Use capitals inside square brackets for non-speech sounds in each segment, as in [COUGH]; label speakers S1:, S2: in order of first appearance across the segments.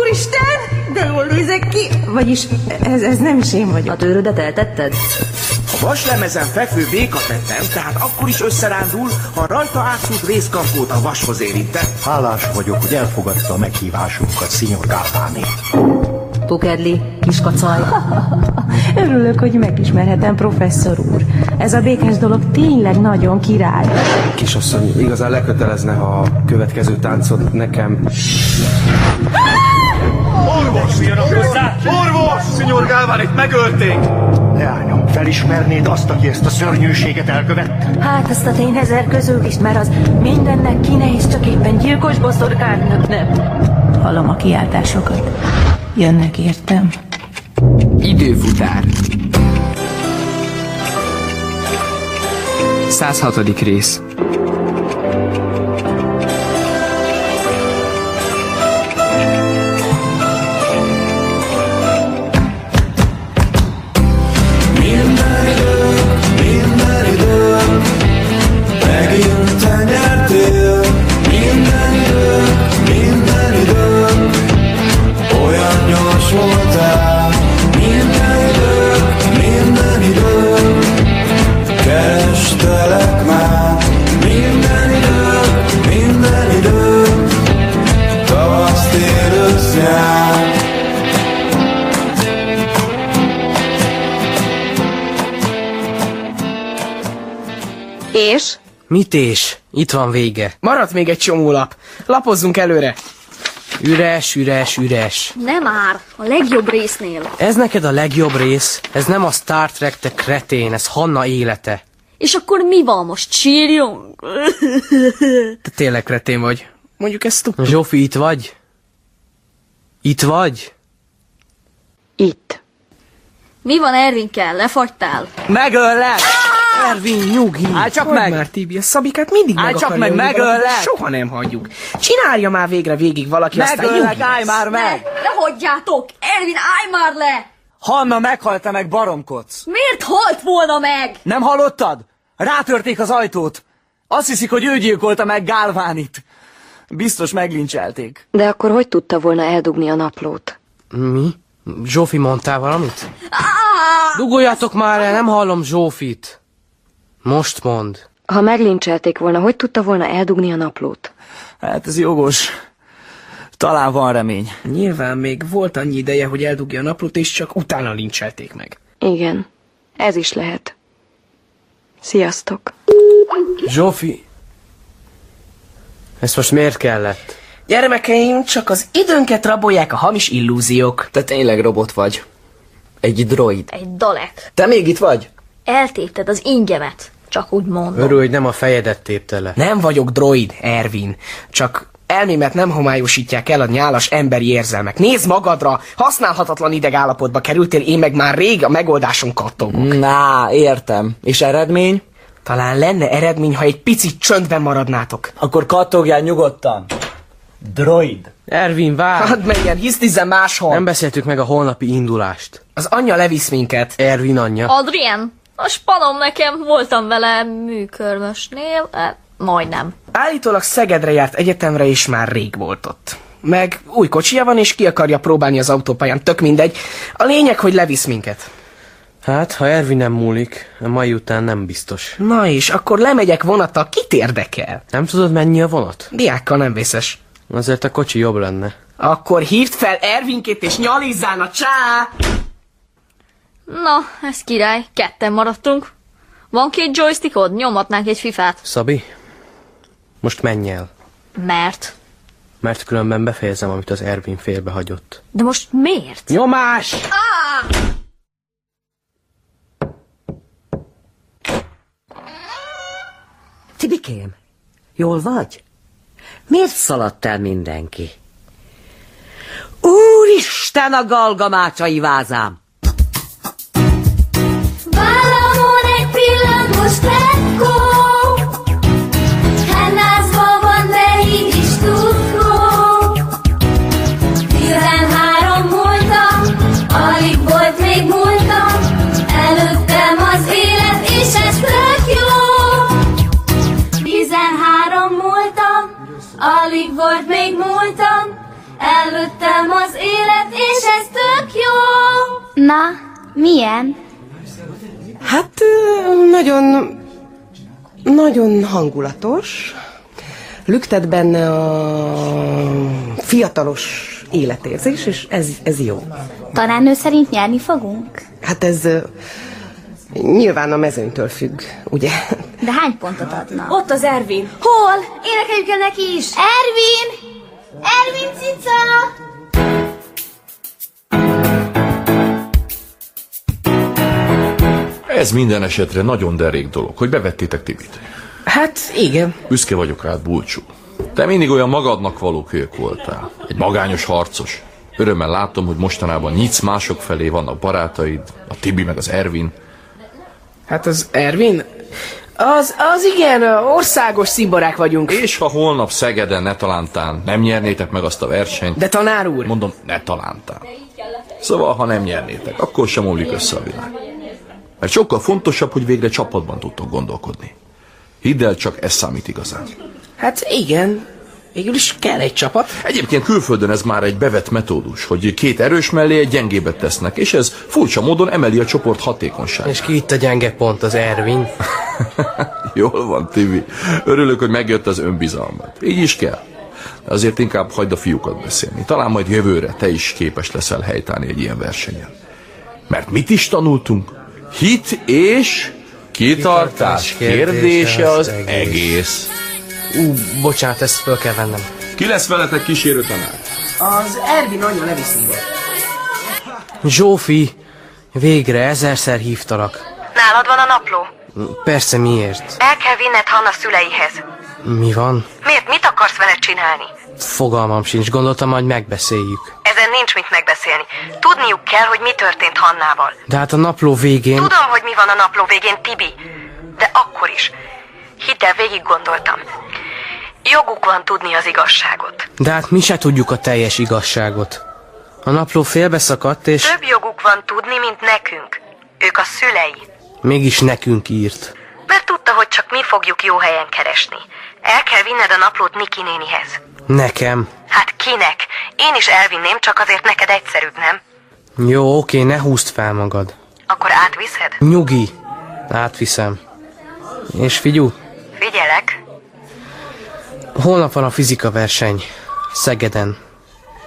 S1: Úristen, de jól nézek ki! Vagyis ez, ez nem is én vagyok.
S2: A tőrödet eltetted?
S3: A vaslemezen fekvő béka tettem, tehát akkor is összerándul, ha rajta átszút részkampót a vashoz érinte.
S4: Hálás vagyok, hogy elfogadta a meghívásunkat, Szinyor Gálpáné.
S2: Pukedli, kiskacaj.
S1: [LAUGHS] Örülök, hogy megismerhetem, professzor úr. Ez a békás dolog tényleg nagyon király.
S5: Kisasszony, igazán lekötelezne, ha a következő táncot nekem...
S6: Orvos! Orvos! Szinyor Gálvánit megölték!
S4: Leányom, felismernéd azt, aki ezt a szörnyűséget elkövette?
S2: Hát ezt a tényezer közül is, mert az mindennek ki nehéz, csak éppen gyilkos boszorkánynak nem.
S1: Hallom a kiáltásokat. Jönnek értem.
S7: Időfutár 106. rész
S8: És?
S9: Mit és? Itt van vége. Maradt még egy csomó lap. Lapozzunk előre. Üres, üres, üres.
S8: Nem már, a legjobb résznél.
S9: Ez neked a legjobb rész. Ez nem a Star Trek, te kretén. Ez Hanna élete.
S8: És akkor mi van most? Sírjunk?
S9: Te tényleg kretén vagy. [LAUGHS] Mondjuk ezt tudtuk. Zsófi, itt vagy? Itt vagy?
S2: Itt.
S8: mi van Ervinkkel? Lefagytál?
S10: Megöllek!
S9: Ervin, nyugi!
S10: Állj csak
S9: Hogy
S10: meg!
S9: Már Tibi, a szabikát mindig meg
S10: Állj csak
S9: akarja
S10: meg,
S9: ölni valaki,
S10: megöllek!
S9: de Soha nem hagyjuk. Csinálja már végre végig valaki, aztán
S10: Megöllek,
S9: nyugi
S10: állj
S9: lesz.
S10: már meg!
S8: Ne hagyjátok! Ervin, állj már le!
S10: Hanna meghalt, te meg baromkodsz.
S8: Miért halt volna meg?
S10: Nem hallottad? Rátörték az ajtót. Azt hiszik, hogy ő gyilkolta meg Gálvánit. Biztos meglincselték.
S2: De akkor hogy tudta volna eldugni a naplót?
S9: Mi? Zsófi, mondtál valamit?
S8: Á,
S9: Dugoljatok már el, nem hallom Zsófit. Most mond.
S2: Ha meglincselték volna, hogy tudta volna eldugni a naplót?
S10: Hát ez jogos. Talán van remény.
S9: Nyilván még volt annyi ideje, hogy eldugja a naplót, és csak utána lincselték meg.
S2: Igen, ez is lehet. Sziasztok!
S9: Zsófi! Ezt most miért kellett?
S10: Gyermekeim, csak az időnket rabolják a hamis illúziók.
S11: Te tényleg robot vagy. Egy droid.
S8: Egy dalek.
S11: Te még itt vagy?
S8: Eltépted az ingyemet. Csak úgy mondom.
S9: Örülj, hogy nem a fejedet tépte le.
S10: Nem vagyok droid, Ervin. Csak elmémet nem homályosítják el a nyálas emberi érzelmek. Nézd magadra! Használhatatlan idegállapotba kerültél, én meg már rég a megoldáson kattogok.
S11: Na, értem. És eredmény?
S10: Talán lenne eredmény, ha egy picit csöndben maradnátok.
S11: Akkor kattogjál nyugodtan. Droid.
S9: Ervin, várj!
S10: Hadd menjen, hisztizze máshol!
S9: Nem beszéltük meg a holnapi indulást.
S10: Az anyja levisz minket.
S9: Ervin anyja.
S8: Adrien, a spanom nekem voltam vele műkörmösnél, eh, majdnem.
S10: Állítólag Szegedre járt egyetemre, és már rég volt ott. Meg új kocsija van, és ki akarja próbálni az autópályán, tök mindegy. A lényeg, hogy levisz minket.
S9: Hát, ha Ervin nem múlik, a mai után nem biztos.
S10: Na és akkor lemegyek vonattal, kit érdekel?
S9: Nem tudod, mennyi a vonat?
S10: Diákkal nem vészes.
S9: Azért a kocsi jobb lenne.
S10: Akkor hívd fel Ervinkét és nyalizzán a csá!
S8: Na, ez király, ketten maradtunk. Van két joystickod, nyomhatnánk egy fifát.
S9: Szabi, most menj el,
S8: Mert.
S9: mert különben befejezem, amit az Ervin félbehagyott.
S8: De most miért? Ah!
S10: Nyomás!
S12: Tibikém, jól vagy? Miért szaladt el mindenki? Úristen a galgamácsai vázám!
S13: Valamon egy pillangos plekkó, Hennázva van, de így is tudkó. Tizenhárom voltam, alig volt még múltam, Előttem az élet, és ez tök jó. Tizenhárom voltam, alig volt még múltam,
S14: Előttem az élet, és ez tök jó.
S13: Na, milyen?
S10: Hát ö, nagyon, nagyon hangulatos. Lüktet benne a fiatalos életérzés, és ez, ez jó.
S13: Tanárnő szerint nyerni fogunk?
S10: Hát ez ö, nyilván a mezőnytől függ, ugye?
S13: De hány pontot adna?
S15: Ott az Ervin.
S14: Hol? Énekeljük el neki is. Ervin! Ervin cica!
S16: Ez minden esetre nagyon derék dolog, hogy bevettétek Tibit.
S9: Hát igen.
S16: Büszke vagyok rád, Bulcsú. Te mindig olyan magadnak való kölyök voltál. Egy magányos harcos. Örömmel látom, hogy mostanában nyitsz mások felé, vannak barátaid, a Tibi meg az Ervin.
S9: Hát az Ervin? Az, az igen, ö, országos szimborák vagyunk.
S16: És ha holnap Szegeden ne talántán nem nyernétek meg azt a versenyt...
S9: De tanár úr!
S16: Mondom, ne talántán. Szóval, ha nem nyernétek, akkor sem omlik össze a világ. Mert sokkal fontosabb, hogy végre csapatban tudtok gondolkodni. Hidd el, csak ez számít igazán.
S9: Hát igen, végül is kell egy csapat.
S16: Egyébként külföldön ez már egy bevett metódus, hogy két erős mellé egy gyengébet tesznek, és ez furcsa módon emeli a csoport hatékonyságát.
S9: És ki itt a gyenge pont, az Ervin?
S16: [LAUGHS] Jól van, Tibi. Örülök, hogy megjött az önbizalmad. Így is kell. De azért inkább hagyd a fiúkat beszélni. Talán majd jövőre te is képes leszel helytállni egy ilyen versenyen. Mert mit is tanultunk? Hit és kitartás kérdése az egész.
S9: Ú, bocsánat, ezt föl kell vennem.
S16: Ki lesz veletek kísérő tanár?
S17: Az Ervin nagyon leviszi.
S9: Zsófi, végre ezerszer hívtalak.
S2: Nálad van a napló.
S9: Persze miért?
S2: El kell vinned Hanna szüleihez.
S9: Mi van?
S2: Miért? Mit akarsz vele csinálni?
S9: Fogalmam sincs, gondoltam, majd megbeszéljük.
S2: Ezen nincs mit megbeszélni. Tudniuk kell, hogy mi történt Hannával.
S9: De hát a napló végén...
S2: Tudom, hogy mi van a napló végén, Tibi. De akkor is. Hidd el, végig gondoltam. Joguk van tudni az igazságot.
S9: De hát mi se tudjuk a teljes igazságot. A napló félbeszakadt, és
S2: Több joguk van tudni, mint nekünk. Ők a szülei.
S9: mégis nekünk írt.
S2: Mert tudta, hogy csak mi fogjuk jó helyen keresni. El kell vinned a naplót Niki nénihez.
S9: Nekem.
S2: Hát kinek? Én is elvinném, csak azért neked egyszerűbb, nem?
S9: Jó, oké, ne húzd fel magad.
S2: Akkor átviszed?
S9: Nyugi. Átviszem. És figyú,
S2: Figyelek.
S9: holnap van a fizika verseny. Szegeden.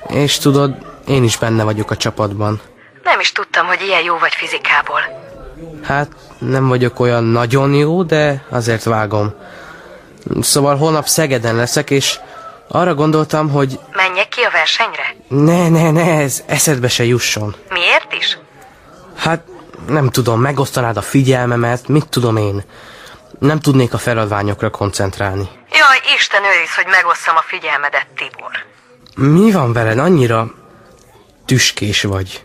S9: És tudod, én is benne vagyok a csapatban.
S2: Nem is tudtam, hogy ilyen jó vagy fizikából.
S9: Hát nem vagyok olyan nagyon jó, de azért vágom. Szóval holnap Szegeden leszek, és arra gondoltam, hogy
S2: Menjek ki a versenyre?
S9: ne, ne, ne, ez eszedbe se jusson.
S2: Miért is?
S9: Hát nem tudom, megosztanád a figyelmemet, mit tudom én. Nem tudnék a feladványokra koncentrálni.
S2: Jaj, Isten őriz, hogy megosszam a figyelmedet, Tibor.
S9: Mi van veled? Annyira tüskés vagy.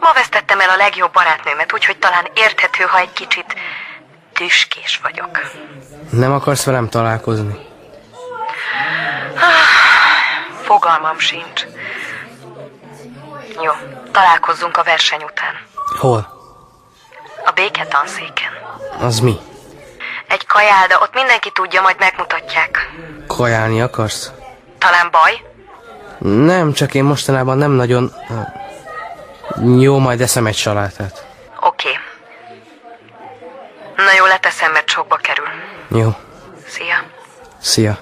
S2: Ma vesztettem el a legjobb barátnőmet, úgyhogy talán érthető, ha egy kicsit tüskés vagyok.
S9: Nem akarsz velem találkozni?
S2: Fogalmam sincs. Jó, találkozzunk a verseny után.
S9: Hol?
S2: A béketanszéken.
S9: Az mi?
S2: Egy kajálda, ott mindenki tudja, majd megmutatják.
S9: Kajálni akarsz?
S2: Talán baj?
S9: Nem, csak én mostanában nem nagyon... Jó, majd eszem egy salátát.
S2: Oké. Na jó, leteszem, mert sokba kerül.
S9: Jó,
S2: Szia.
S9: szia.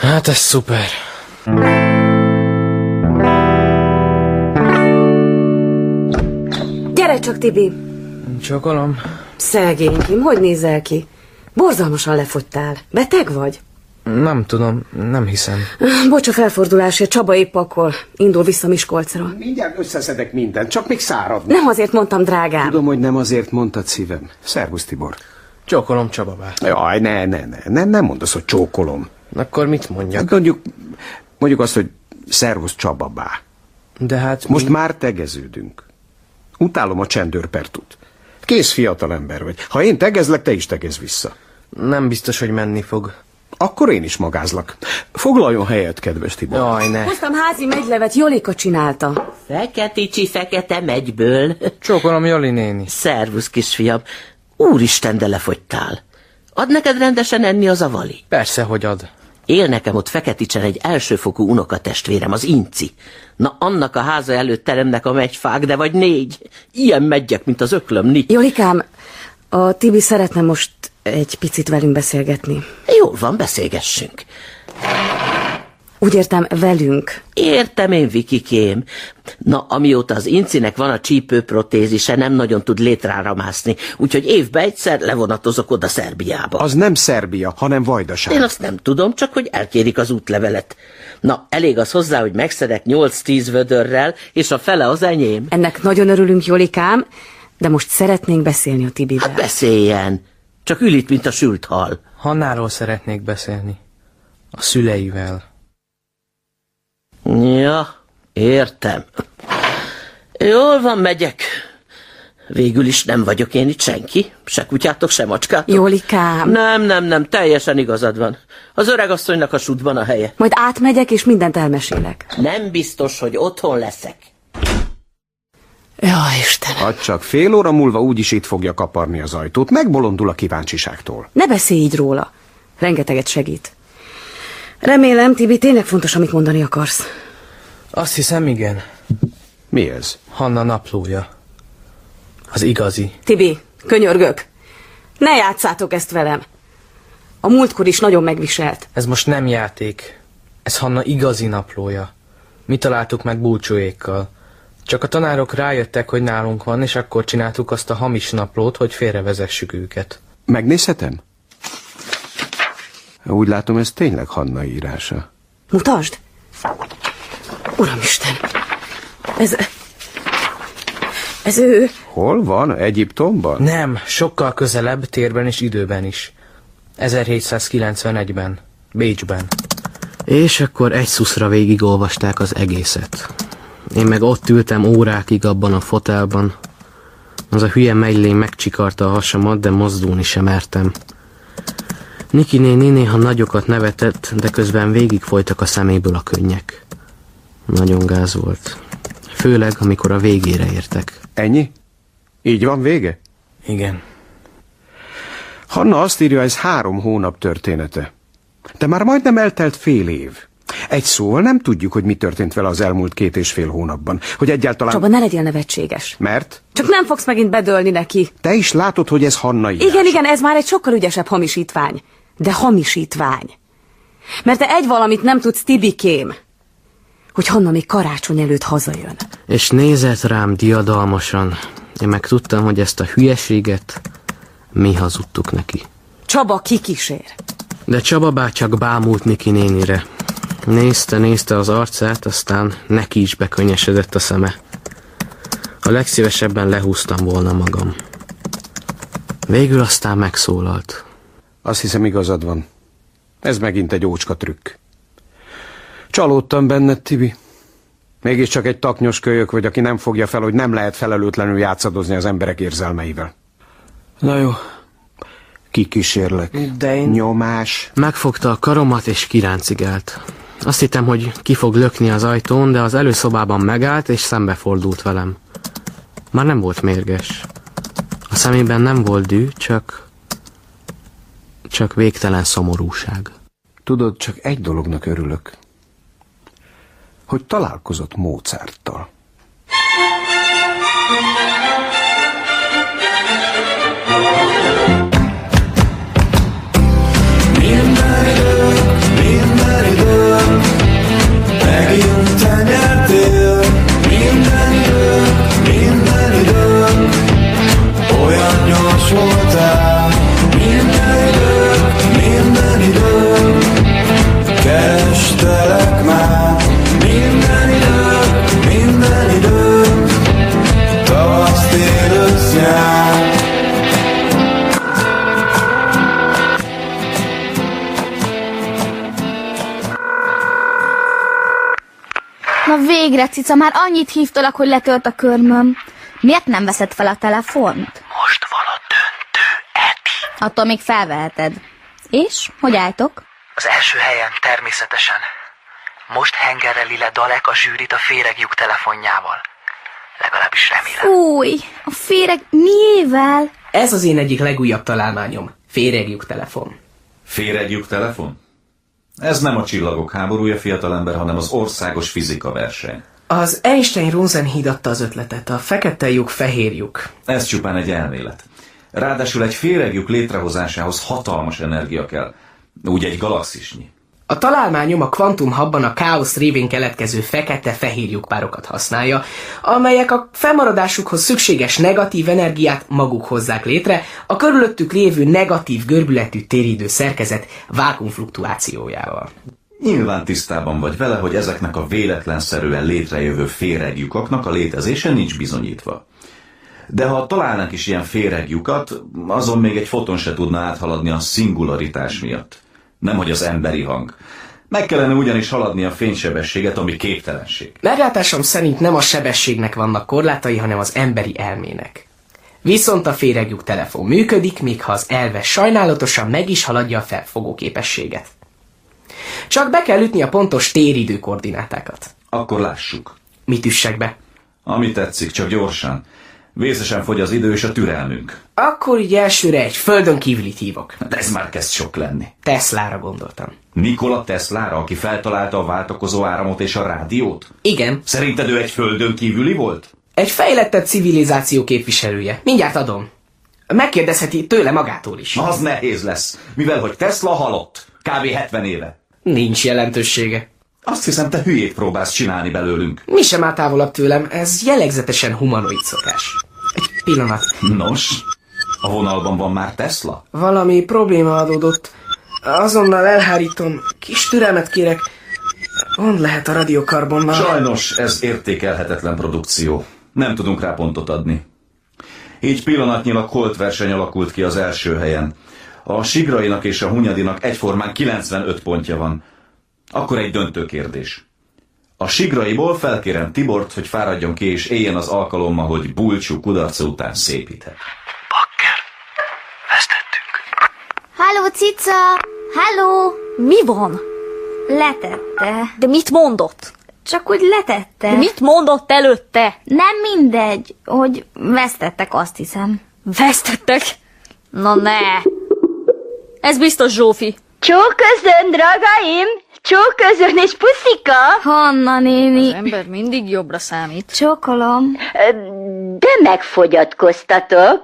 S9: Hát ez szuper.
S15: Gyere csak, Tibi!
S9: Csokolom.
S15: Szegénykim, hogy nézel ki? Borzalmasan lefogytál. Beteg vagy?
S9: Nem tudom, nem hiszem.
S15: Bocs a felfordulásért, Csaba épp akkor indul vissza Miskolcra.
S5: Mindjárt összeszedek mindent, csak még száradni.
S15: Nem azért mondtam, drágám.
S5: Tudom, hogy nem azért mondtad szívem. Szervusz, Tibor.
S9: Csókolom Csaba bár.
S5: Jaj, ne, ne, ne, nem, nem mondasz, hogy csókolom.
S9: Akkor mit mondjak?
S5: Hát mondjuk, mondjuk azt, hogy szervusz Csaba bá.
S9: De hát
S5: Most már tegeződünk. Utálom a csendőrpertut. Kész fiatal ember vagy. Ha én tegezlek, te is tegez vissza.
S9: Nem biztos, hogy menni fog.
S5: Akkor én is magázlak. Foglaljon helyet, kedves Tibor.
S9: Jaj, ne.
S15: Hoztam házi megylevet, Jolika csinálta.
S18: Feketicsi fekete megyből.
S9: Csókolom Joli néni.
S18: Szervusz, kisfiam. Úristen, de lefogytál. Ad neked rendesen enni az avali?
S9: Persze, hogy ad.
S18: Él nekem ott Feketicsen egy elsőfokú unokatestvérem, az Inci. Na, annak a háza előtt teremnek a megyfák, de vagy négy. Ilyen megyek, mint az öklömni.
S15: Jolikám, a Tibi szeretne most egy picit velünk beszélgetni.
S18: Jól van, beszélgessünk.
S15: Úgy értem, velünk.
S18: Értem én, Vikikém. Na, amióta az incinek van a csípőprotézise, nem nagyon tud létrára mászni, úgyhogy évbe egyszer levonatozok oda Szerbiába.
S5: Az nem Szerbia, hanem Vajdaság.
S18: Én azt nem tudom, csak hogy elkérik az útlevelet. Na, elég az hozzá, hogy megszedek 8-10 vödörrel, és a fele az enyém.
S15: Ennek nagyon örülünk, Jolikám, de most szeretnénk beszélni a Tibivel. Hát
S18: beszéljen! Csak ül itt, mint a sült hal.
S19: Hannáról szeretnék beszélni. A szüleivel.
S18: Ja, értem. Jól van, megyek. Végül is nem vagyok én itt senki. Se kutyátok, se macskátok.
S15: Jolikám.
S18: Nem, nem, nem, teljesen igazad van. Az öregasszonynak a sútban a helye.
S15: Majd átmegyek, és mindent elmesélek.
S18: Nem biztos, hogy otthon leszek.
S15: Ja, Istenem.
S5: Hát csak fél óra múlva úgyis itt fogja kaparni az ajtót. Megbolondul a kíváncsiságtól.
S15: Ne beszélj így róla. Rengeteget segít. Remélem, Tibi, tényleg fontos, amit mondani akarsz.
S19: Azt hiszem, igen.
S5: Mi ez?
S19: Hanna naplója. Az igazi.
S15: Tibi, könyörgök. Ne játszátok ezt velem. A múltkor is nagyon megviselt.
S19: Ez most nem játék. Ez Hanna igazi naplója. Mi találtuk meg búcsúékkal. Csak a tanárok rájöttek, hogy nálunk van, és akkor csináltuk azt a hamis naplót, hogy félrevezessük őket.
S5: Megnézhetem? Úgy látom, ez tényleg Hanna írása.
S15: Mutasd! Uramisten! Ez... Ez ő...
S5: Hol van? Egyiptomban?
S19: Nem, sokkal közelebb térben és időben is. 1791-ben, Bécsben.
S9: És akkor egy szuszra végigolvasták az egészet. Én meg ott ültem órákig abban a fotelban. Az a hülye megylény megcsikarta a hasamat, de mozdulni sem mertem. Niki néni néha nagyokat nevetett, de közben végig folytak a szeméből a könnyek. Nagyon gáz volt. Főleg, amikor a végére értek.
S5: Ennyi? Így van vége?
S19: Igen.
S5: Hanna azt írja, ez három hónap története. De már majdnem eltelt fél év. Egy szóval nem tudjuk, hogy mi történt vele az elmúlt két és fél hónapban. Hogy egyáltalán...
S15: Csaba, ne legyél nevetséges.
S5: Mert?
S15: Csak nem fogsz megint bedölni neki.
S5: Te is látod, hogy ez Hanna írása.
S15: Igen, igen, ez már egy sokkal ügyesebb hamisítvány. De hamisítvány. Mert te egy valamit nem tudsz, Tibikém. Hogy Hanna még karácsony előtt hazajön.
S9: És nézett rám diadalmasan. Én meg tudtam, hogy ezt a hülyeséget mi hazudtuk neki.
S15: Csaba kikísér.
S9: De Csaba bácsak bámult Niki nénire. Nézte, nézte az arcát, aztán neki is bekönyesedett a szeme. A legszívesebben lehúztam volna magam. Végül aztán megszólalt.
S5: Azt hiszem igazad van. Ez megint egy ócska trükk. Csalódtam benned, Tibi. Mégiscsak egy taknyos kölyök vagy, aki nem fogja fel, hogy nem lehet felelőtlenül játszadozni az emberek érzelmeivel.
S19: Na jó,
S5: Kikísérlek.
S19: De én...
S5: Nyomás.
S9: Megfogta a karomat és kiráncigált. Azt hittem, hogy ki fog lökni az ajtón, de az előszobában megállt és szembefordult velem. Már nem volt mérges. A szemében nem volt dű, csak... csak végtelen szomorúság.
S5: Tudod, csak egy dolognak örülök. Hogy találkozott Mozarttal.
S20: Megint nyertél Minden idők, minden idők Olyan gyors voltál Minden idők, minden idők Kerestelek már Minden idők, minden idők Tavasz, tél, ősz, nyár
S13: Na végre, cica, már annyit hívtalak, hogy letört a körmöm. Miért nem veszed fel a telefont?
S20: Most van a döntő, Eti.
S13: Attól még felveheted. És? Hogy álltok?
S21: Az első helyen természetesen. Most hengereli le Dalek a zsűrit a féregjuk telefonjával. Legalábbis remélem.
S13: Új, a féreg miével?
S10: Ez az én egyik legújabb találmányom. Féregjük telefon.
S6: Féregjük telefon? Ez nem a csillagok háborúja, fiatalember, hanem az országos fizika verseny.
S22: Az Einstein-Rosen híd adta az ötletet, a fekete lyuk, fehér lyuk.
S6: Ez csupán egy elmélet. Ráadásul egy féregjuk létrehozásához hatalmas energia kell. Úgy egy galaxisnyi.
S10: A találmányom a kvantumhabban a káosz révén keletkező fekete-fehér lyukpárokat használja, amelyek a fennmaradásukhoz szükséges negatív energiát maguk hozzák létre a körülöttük lévő negatív görbületű téridő szerkezet vákumfluktuációjával.
S6: Nyilván tisztában vagy vele, hogy ezeknek a véletlenszerűen létrejövő féregjukaknak a létezése nincs bizonyítva. De ha találnak is ilyen féregjukat, azon még egy foton se tudna áthaladni a szingularitás miatt. Nemhogy az emberi hang. Meg kellene ugyanis haladni a fénysebességet, ami képtelenség.
S10: Meglátásom szerint nem a sebességnek vannak korlátai, hanem az emberi elmének. Viszont a féregjuk telefon működik, még ha az elve sajnálatosan meg is haladja a felfogó képességet. Csak be kell ütni a pontos téridő koordinátákat.
S6: Akkor lássuk.
S10: Mit üssek be?
S6: Ami tetszik, csak gyorsan. Vészesen fogy az idő és a türelmünk.
S10: Akkor így elsőre egy földön kívülit hívok.
S6: De ez már kezd sok lenni.
S10: Teslára gondoltam.
S6: Nikola Teslára, aki feltalálta a váltakozó áramot és a rádiót?
S10: Igen.
S6: Szerinted ő egy földön kívüli volt?
S10: Egy fejlettebb civilizáció képviselője. Mindjárt adom. Megkérdezheti tőle magától is.
S6: Az nehéz lesz, mivel hogy Tesla halott. Kb. 70 éve.
S10: Nincs jelentősége.
S6: Azt hiszem, te hülyét próbálsz csinálni belőlünk.
S10: Mi sem áll távolabb tőlem, ez jellegzetesen humanoid szokás. Egy pillanat.
S6: Nos, a vonalban van már Tesla?
S22: Valami probléma adódott. Azonnal elhárítom. Kis türelmet kérek. Gond lehet a radiokarbonnal.
S6: Sajnos ez értékelhetetlen produkció. Nem tudunk rá pontot adni. Így pillanatnyilag Colt verseny alakult ki az első helyen. A Sigrainak és a Hunyadinak egyformán 95 pontja van. Akkor egy döntő kérdés. A Sigraiból felkérem Tibort, hogy fáradjon ki és éljen az alkalommal, hogy bulcsú kudarca után szépíthet.
S23: Halló, cica!
S8: Halló! Mi van?
S23: Letette.
S8: De mit mondott?
S23: Csak úgy letette.
S8: De mit mondott előtte?
S23: Nem mindegy, hogy vesztettek, azt hiszem.
S8: Vesztettek? Na ne! Ez biztos Zsófi.
S24: Csóközön, dragaim! Csóközön és puszika!
S23: Hanna néni!
S8: Az ember mindig jobbra számít.
S23: Csókolom.
S24: De megfogyatkoztatok.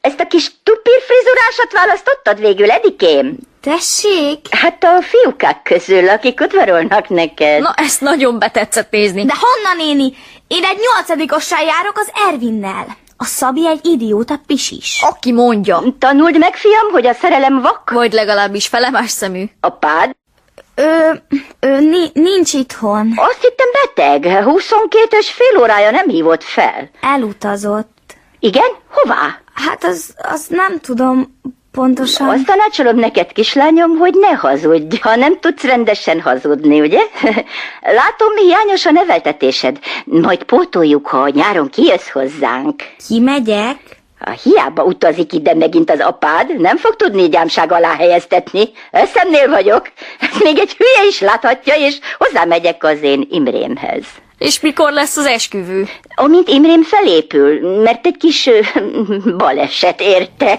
S24: Ezt a kis tupír frizurásat választottad végül, Edikém?
S23: Tessék?
S24: Hát a fiúkák közül, akik udvarolnak neked.
S8: Na, ezt nagyon betetszett nézni.
S23: De Hanna néni, én egy nyolcadikossal járok az Ervinnel. A Szabi egy idióta pisis.
S8: Aki mondja.
S24: Tanuld meg, fiam, hogy a szerelem vak.
S8: Vagy legalábbis felemás szemű.
S24: Apád?
S23: Ö, ö ni, nincs itthon.
S24: Azt hittem beteg. 22 és fél órája nem hívott fel.
S23: Elutazott.
S24: Igen? Hová?
S23: Hát az, az nem tudom pontosan.
S24: Azt tanácsolom neked, kislányom, hogy ne hazudj, ha nem tudsz rendesen hazudni, ugye? [LAUGHS] Látom, hiányos a neveltetésed. Majd pótoljuk, ha nyáron kijössz hozzánk.
S23: Kimegyek?
S24: Ha hiába utazik ide megint az apád, nem fog tudni gyámság alá helyeztetni. Eszemnél vagyok. Ezt még egy hülye is láthatja, és hozzámegyek az én Imrémhez.
S8: És mikor lesz az esküvő?
S24: Amint Imrém felépül, mert egy kis ö, [LAUGHS] baleset érte.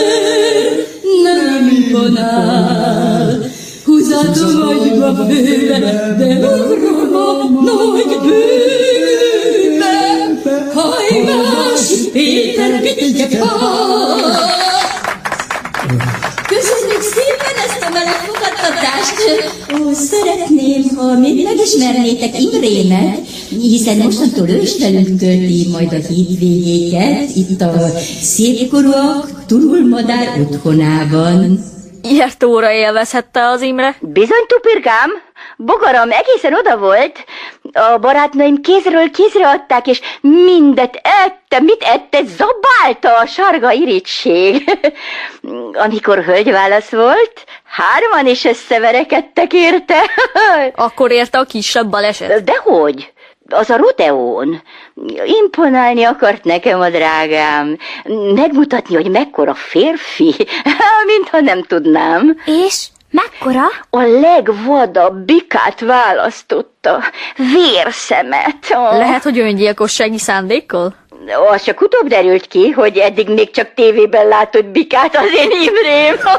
S13: nem vonál. Húzatom agyba bőle, de ugrom a nagy bőbe. Hajmás Péter Pitye Köszönjük szépen ezt a meleg fogadtatást! Ó, szeretném, ha még megismernétek Imrémet, hiszen mostantól ő is velünk tölti majd a hétvégéket, itt a szépkorúak turulmadár otthonában.
S8: Ijesztő óra élvezhette az Imre.
S24: Bizony, tupirkám,
S13: Bogaram egészen oda volt. A barátnőim kézről kézre adták, és mindet ette, mit ette, zabálta a sarga irítség. [LAUGHS] Amikor hölgyválasz volt, hárman is összeverekedtek érte. [LAUGHS]
S8: Akkor érte a kisebb baleset?
S13: Dehogy. Az a rodeón. Imponálni akart nekem a drágám. Megmutatni, hogy mekkora férfi. [LAUGHS] Mintha nem tudnám.
S25: És? Mekkora?
S13: A legvadabb bikát választotta. Vérszemet. Oh.
S8: Lehet, hogy öngyilkossági szándékkal?
S13: Az csak utóbb derült ki, hogy eddig még csak tévében látott bikát az én Imrém. [LAUGHS]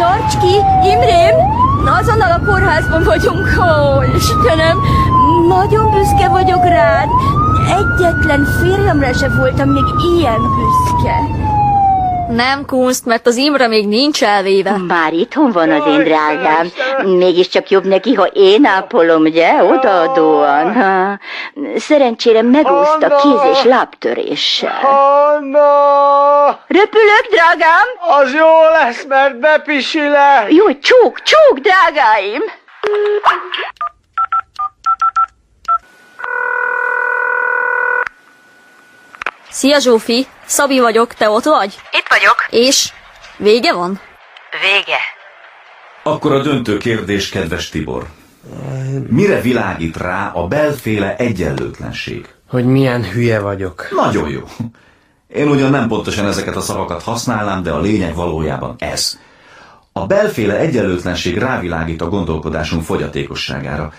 S4: Tarts ki, Imrém! Azonnal a kórházban vagyunk. Ó, Istenem,
S2: Nagyon büszke vagyok rád. Egyetlen férjemre se voltam még ilyen büszke.
S8: Nem kunst, mert az Imre még nincs elvéve.
S13: Már itthon van az én drágám. Mégiscsak jobb neki, ha én ápolom, ugye? Odaadóan. Ha. Szerencsére megúszta kéz- és lábtöréssel.
S26: Anna!
S13: Röpülök, drágám?
S26: Az jó lesz, mert bepisilek!
S13: Jó, csók, csók, drágáim!
S8: Szia Zsófi, Szabi vagyok, te ott vagy?
S27: Itt vagyok.
S8: És? Vége van?
S27: Vége.
S6: Akkor a döntő kérdés, kedves Tibor. Mire világít rá a belféle egyenlőtlenség?
S16: Hogy milyen hülye vagyok.
S6: Nagyon jó. Én ugyan nem pontosan ezeket a szavakat használnám, de a lényeg valójában ez. A belféle egyenlőtlenség rávilágít a gondolkodásunk fogyatékosságára.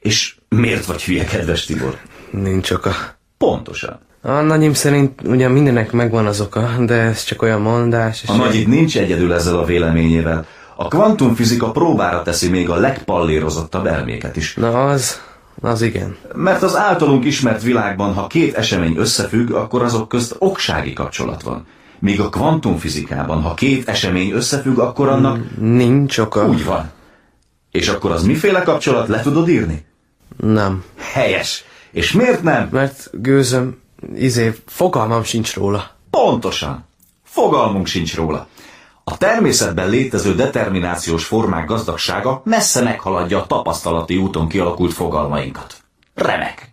S6: És miért vagy hülye, kedves Tibor?
S16: Nincs oka.
S6: Pontosan.
S16: A nagyim szerint ugyan mindenek megvan az oka, de ez csak olyan mondás. És
S6: A nagy itt nincs egyedül ezzel a véleményével. A kvantumfizika próbára teszi még a legpallérozottabb elméket is.
S16: Na az, az igen.
S6: Mert az általunk ismert világban, ha két esemény összefügg, akkor azok közt oksági kapcsolat van. Míg a kvantumfizikában, ha két esemény összefügg, akkor annak...
S16: Nincs oka.
S6: Úgy van. És akkor az miféle kapcsolat, le tudod írni?
S16: Nem.
S6: Helyes. És miért nem?
S16: Mert gőzöm, izé, fogalmam sincs róla.
S6: Pontosan. Fogalmunk sincs róla. A természetben létező determinációs formák gazdagsága messze meghaladja a tapasztalati úton kialakult fogalmainkat. Remek.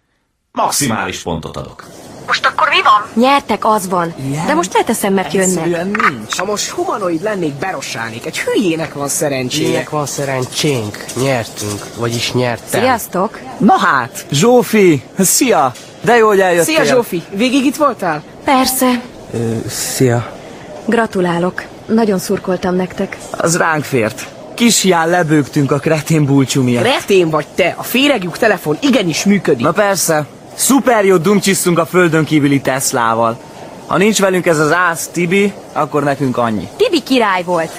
S6: Maximális pontot adok.
S27: Most akkor mi van?
S2: Nyertek, az van. De most leteszem, mert jönnek.
S10: Egyszerűen nincs. Ha most humanoid lennék, berossálnék. Egy hülyének van szerencséje.
S16: Minek van szerencsénk? Nyertünk, vagyis nyertem.
S10: Sziasztok! Na hát! Zsófi! Szia! De jó, hogy
S16: eljöttél.
S10: Szia Zsófi! Végig itt voltál?
S2: Persze.
S16: Ö, szia.
S2: Gratulálok. Nagyon szurkoltam nektek.
S21: Az ránk fért. Kis hián lebőgtünk a kretén bulcsú miatt.
S10: Kretén vagy te! A féregjük telefon igenis működik.
S21: Na persze. Szuper jót dumcsisztunk a földön kívüli Teslával. Ha nincs velünk ez az ász Tibi, akkor nekünk annyi.
S12: Tibi király volt.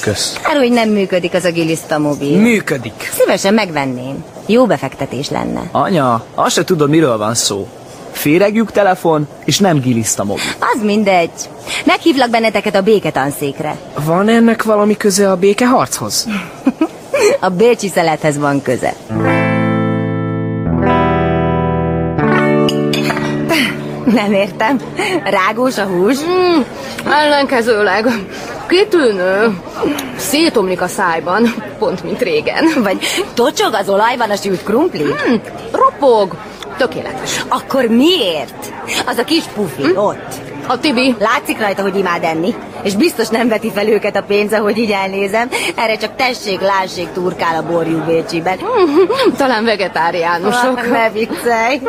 S21: Kösz.
S12: Kár, hogy nem működik az a giliszta mobil.
S21: Működik.
S12: Szívesen megvenném. Jó befektetés lenne.
S21: Anya, azt se tudod, miről van szó. Féregjük telefon, és nem giliszta mobil.
S12: Az mindegy. Meghívlak benneteket a béketanszékre.
S10: Van ennek valami köze a békeharchoz?
S12: A Bécsi szelethez van köze. Nem értem. Rágós a hús?
S15: Mm, ellenkezőleg. Kitűnő. Szétomlik a szájban, pont mint régen.
S12: Vagy tocsog az olajban a sült krumpli?
S15: Mm, ropog. Tökéletes. Hmm?
S12: Akkor miért? Az a kis pufi ott.
S15: A Tibi.
S12: Látszik rajta, hogy imád enni. És biztos nem veti fel őket a pénz, ahogy így elnézem. Erre csak tessék, lássék, turkál a borjú Bécsiben.
S15: Hmm, Talán vegetáriánusok.
S12: Ah, Ne viccelj.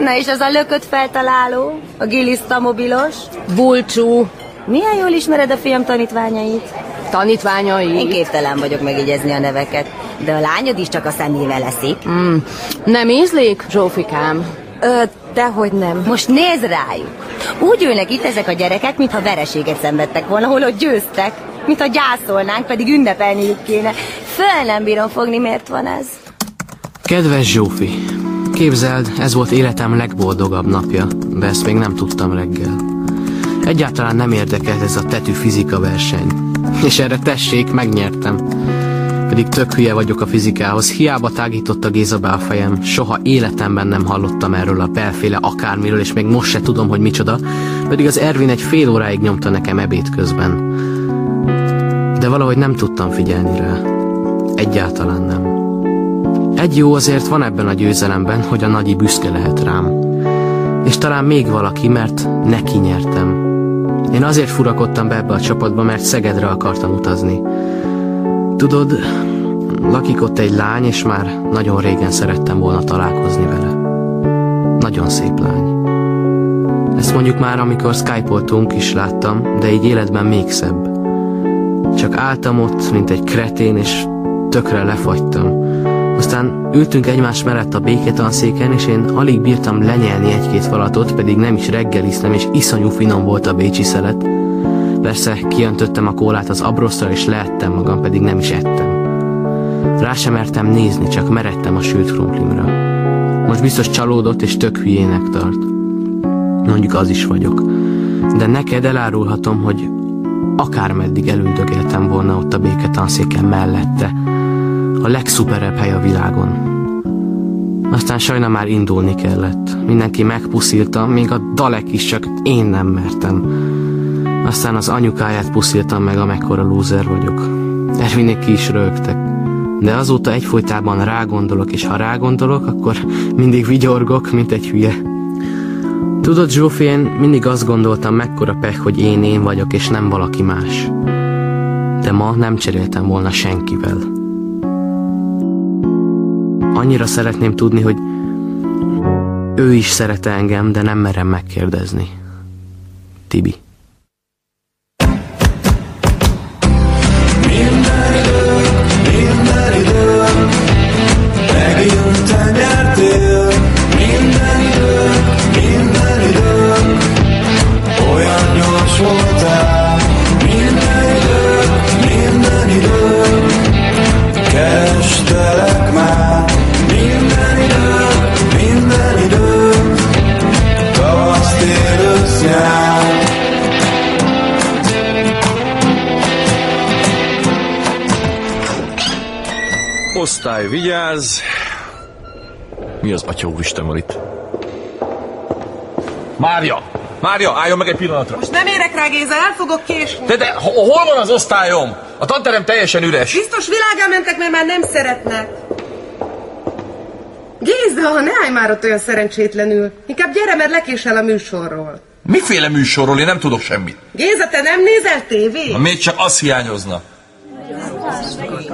S12: Na és az a lökött feltaláló? A giliszta mobilos?
S15: Bulcsú.
S12: Milyen jól ismered a fiam tanítványait?
S15: Tanítványai?
S12: Én képtelen vagyok megigyezni a neveket, de a lányod is csak a szemével eszik.
S15: Mm. Nem ízlik, Zsófikám?
S12: Ö, dehogy nem. Most nézd rájuk. Úgy ülnek itt ezek a gyerekek, mintha vereséget szenvedtek volna, holott győztek. Mintha gyászolnánk, pedig ünnepelniük kéne. Föl nem bírom fogni, miért van ez.
S9: Kedves Zsófi, képzeld, ez volt életem legboldogabb napja, de ezt még nem tudtam reggel. Egyáltalán nem érdekelt ez a tetű fizika verseny. És erre tessék, megnyertem. pedig tök hülye vagyok a fizikához. Hiába tágította Géza be a fejem. Soha életemben nem hallottam erről a belféle akármiről, és még most se tudom, hogy micsoda. Pedig az Ervin egy fél óráig nyomta nekem ebéd közben. De valahogy nem tudtam figyelni rá. Egyáltalán nem. Egy jó azért van ebben a győzelemben, hogy a nagyi büszke lehet rám. És talán még valaki, mert neki nyertem. Én azért furakodtam be ebbe a csapatba, mert Szegedre akartam utazni. Tudod, lakik ott egy lány, és már nagyon régen szerettem volna találkozni vele. Nagyon szép lány. Ezt mondjuk már, amikor skypoltunk is láttam, de így életben még szebb. Csak álltam ott, mint egy kretén, és tökre lefagytam. Aztán ültünk egymás mellett a béketanszéken, és én alig bírtam lenyelni egy-két falatot, pedig nem is reggeliztem, és iszonyú finom volt a bécsi szelet. Persze kiöntöttem a kólát az abrosztal, és leettem magam, pedig nem is ettem. Rá sem mertem nézni, csak meredtem a sült krumplimra. Most biztos csalódott és tök hülyének tart. Mondjuk az is vagyok. De neked elárulhatom, hogy akármeddig elüldögéltem volna ott a béketanszéken mellette. A legszuperebb hely a világon. Aztán sajna már indulni kellett. Mindenki megpuszilta, még a dalek is, csak én nem mertem. Aztán az anyukáját pusziltam meg, amekkora lúzer vagyok. Ervinék ki is rögtek. De azóta egyfolytában rágondolok, és ha rágondolok, akkor mindig vigyorgok, mint egy hülye. Tudod, Zsófi, én mindig azt gondoltam, mekkora pech, hogy én én vagyok, és nem valaki más. De ma nem cseréltem volna senkivel. Annyira szeretném tudni, hogy ő is szerete engem, de nem merem megkérdezni. Tibi.
S20: Minden idő, megint te nyertél. Minden idő, minden idő, olyan gyors voltál. Minden idő, minden idő, kerestelek már. Minden idő, minden idő, tavasz, tél, ősz, nyár.
S13: Osztály, vigyázz! Mi az atya úristen van itt? Mária! Mária, álljon meg egy pillanatra!
S10: Most nem érek rá, Géza, el fogok késni.
S13: De, de ho- hol van az osztályom? A tanterem teljesen üres.
S10: Biztos világá mentek, mert már nem szeretnek. Géza, ne állj már ott olyan szerencsétlenül. Inkább gyere, mert lekésel a műsorról.
S13: Miféle műsorról? Én nem tudok semmit.
S10: Géza, te nem nézel tévét?
S13: Na, mégse az hiányozna.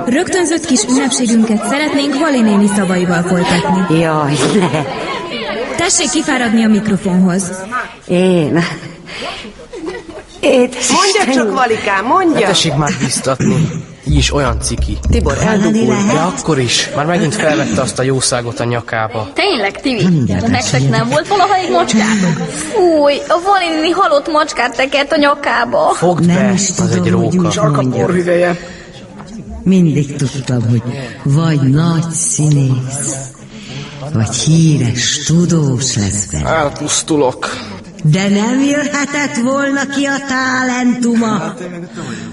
S14: Rögtönzött kis ünnepségünket szeretnénk Vali néni szavaival folytatni.
S12: Jaj, ne.
S14: Tessék kifáradni a mikrofonhoz.
S12: Én.
S28: Hát
S10: Édes Mondja csak, Valikám,
S28: Ne
S14: Hát
S10: mondja.
S28: tessék már biztatni. Így is olyan ciki. Tibor eldugul, de akkor is. Már megint felvette azt a jószágot a nyakába.
S8: Tényleg, Tibi? De nektek nem volt valaha egy macskátok? Fúj, a valinni halott macskát tekert a nyakába.
S28: Fogd be, az egy róka.
S10: Sarka porhüvelye.
S12: Mindig tudtam, hogy vagy nagy színész, vagy híres, tudós lesz belőle.
S28: Elpusztulok.
S12: De nem jöhetett volna ki a talentuma,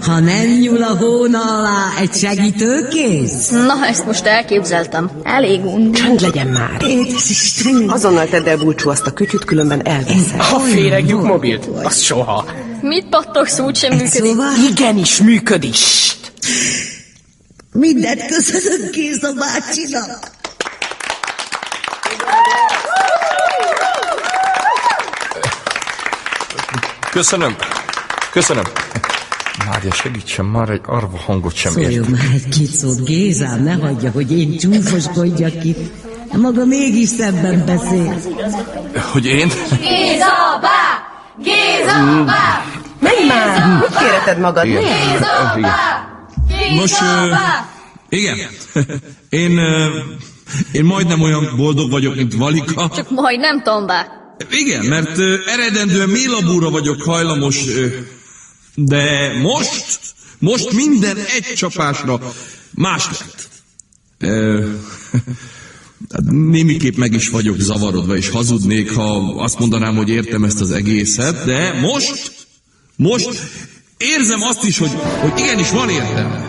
S12: ha nem nyúl a hóna alá egy segítőkéz.
S8: Na, ezt most elképzeltem. Elég unni.
S10: Csönd legyen már.
S12: Édesisten.
S10: Azonnal tedd el búcsú azt a kütyüt, különben elveszed.
S28: Ha féregjük mobilt, az soha.
S8: Mit pattogsz, úgy sem működik.
S10: szóval
S28: Igenis működik. Sst!
S12: Mindent köszönöm Géza bácsinak.
S13: Köszönöm. Köszönöm. Mária, segítsen már egy arva hangot sem ért.
S12: Szóljon már egy két szót, Gézám, ne hagyja, hogy én csúfoskodjak itt. Maga mégis szebben beszél.
S13: Hogy én?
S10: Géza, bá! Géza, bá! Menj már! Mit kéreted magad?
S13: Igen.
S10: Géza,
S16: Most, ö, igen, én, ö, én majdnem olyan boldog vagyok, mint Valika.
S8: Csak majd nem tombák.
S16: Igen, mert ö, eredendően mélabúra vagyok hajlamos, ö, de most, most minden egy csapásra más lett. Ö, hát Némiképp meg is vagyok zavarodva, és hazudnék, ha azt mondanám, hogy értem ezt az egészet, de most, most érzem azt is, hogy, hogy igenis van értelme.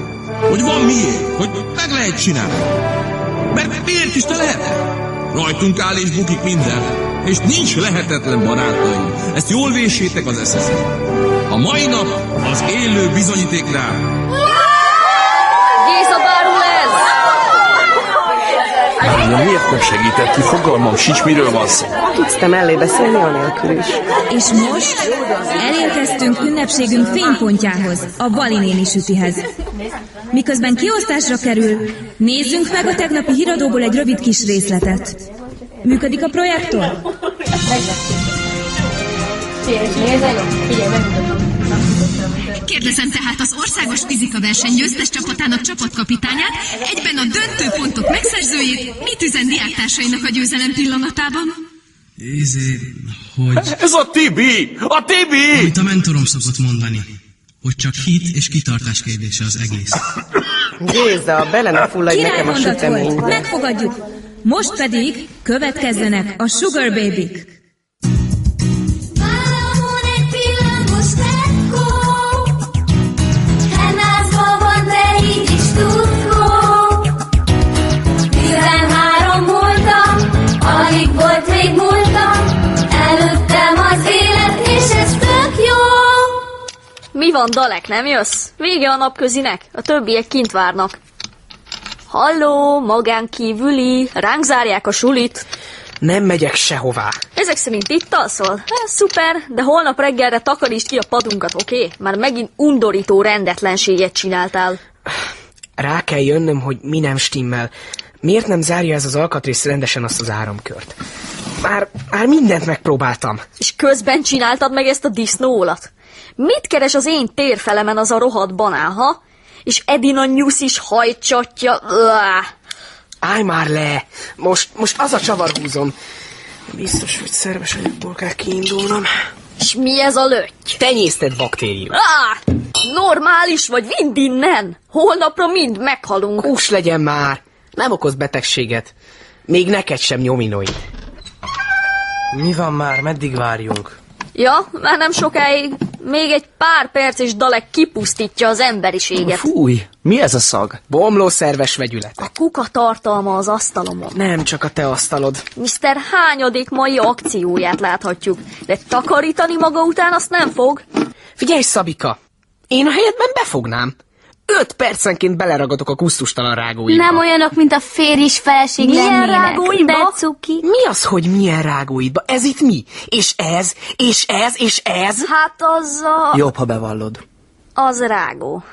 S16: Hogy van miért, hogy meg lehet csinálni. Mert miért is te lehet? Rajtunk áll és bukik minden, és nincs lehetetlen barátaim. Ezt jól vésétek az eszeszet. A mai nap az élő bizonyíték rá.
S8: Géza bárul ez!
S12: Anya, miért nem segített ki? Fogalmam sincs, miről van szó.
S29: Tudsz te mellé beszélni anélkül is.
S7: És most elérkeztünk ünnepségünk fénypontjához, a Balinéni sütihez. Miközben kiosztásra kerül, nézzünk meg a tegnapi híradóból egy rövid kis részletet. Működik a projektor?
S5: Kérdezem tehát az országos fizika verseny győztes csapatának csapatkapitányát, egyben a döntő pontok megszerzőjét, mit üzen diáktársainak a győzelem pillanatában?
S9: Izé, hogy...
S12: Hát Ez a Tibi! A Tibi!
S9: Amit a mentorom szokott mondani, hogy csak hit és kitartás kérdése az egész.
S29: Géza, bele ne fulladj nekem a
S7: Királymondat volt,
S29: süteménybe.
S7: megfogadjuk. Most pedig következzenek a Sugar Baby-k.
S8: Mi van, Dalek, nem jössz? Vége a napközinek, a többiek kint várnak. Halló, magánkívüli, ránk zárják a sulit.
S10: Nem megyek sehová.
S8: Ezek szerint itt alszol? Ez szuper, de holnap reggelre takarítsd ki a padunkat, oké? Már megint undorító rendetlenséget csináltál.
S10: Rá kell jönnöm, hogy mi nem stimmel. Miért nem zárja ez az alkatrész rendesen azt az áramkört? Már, már mindent megpróbáltam.
S8: És közben csináltad meg ezt a disznóolat. Mit keres az én térfelemen az a rohadt banán, ha? És Edina News is hajcsatja. Uá.
S10: Állj már le! Most, most az a csavarhúzom. Biztos, hogy szerves anyagból kell kiindulnom.
S8: És mi ez a löty?
S10: Tenyésztett baktérium.
S8: Á, normális vagy, vidd innen! Holnapra mind meghalunk.
S10: Hús legyen már! Nem okoz betegséget. Még neked sem nyominoid.
S9: Mi van már, meddig várjunk?
S8: Ja, már nem sokáig, még egy pár perc és Dalek kipusztítja az emberiséget.
S9: Fúj, mi ez a szag?
S10: Bomlószerves vegyület.
S8: A kuka tartalma az asztalomon.
S10: Nem csak a te asztalod.
S8: Mr. Hányadik mai akcióját láthatjuk, de takarítani maga után azt nem fog.
S10: Figyelj, Szabika! Én a helyedben befognám. Öt percenként beleragadok a kusztustalan rágóiba.
S30: Nem olyanok, mint a férj és feleség
S8: Milyen
S30: lennének.
S8: rágóiba?
S30: De cuki.
S10: Mi az, hogy milyen rágóidba? Ez itt mi? És ez, és ez, és ez?
S8: Hát az a...
S10: Jobb, ha bevallod.
S8: Az rágó.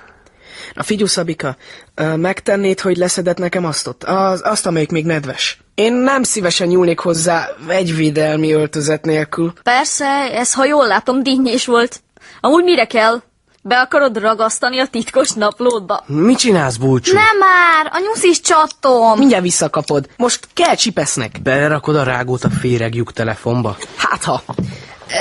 S10: Na figyú, Szabika, ö, megtennéd, hogy leszedett nekem azt ott? Az, azt, amelyik még nedves. Én nem szívesen nyúlnék hozzá egy védelmi öltözet nélkül.
S8: Persze, ez ha jól látom, dinnyés volt. Amúgy mire kell? Be akarod ragasztani a titkos naplódba?
S9: Mit csinálsz, búcsú?
S30: Nem már, a nyusz is csattom.
S10: Mindjárt visszakapod. Most kell csipesznek.
S9: Belerakod a rágót a féregjuk telefonba?
S10: Hát ha.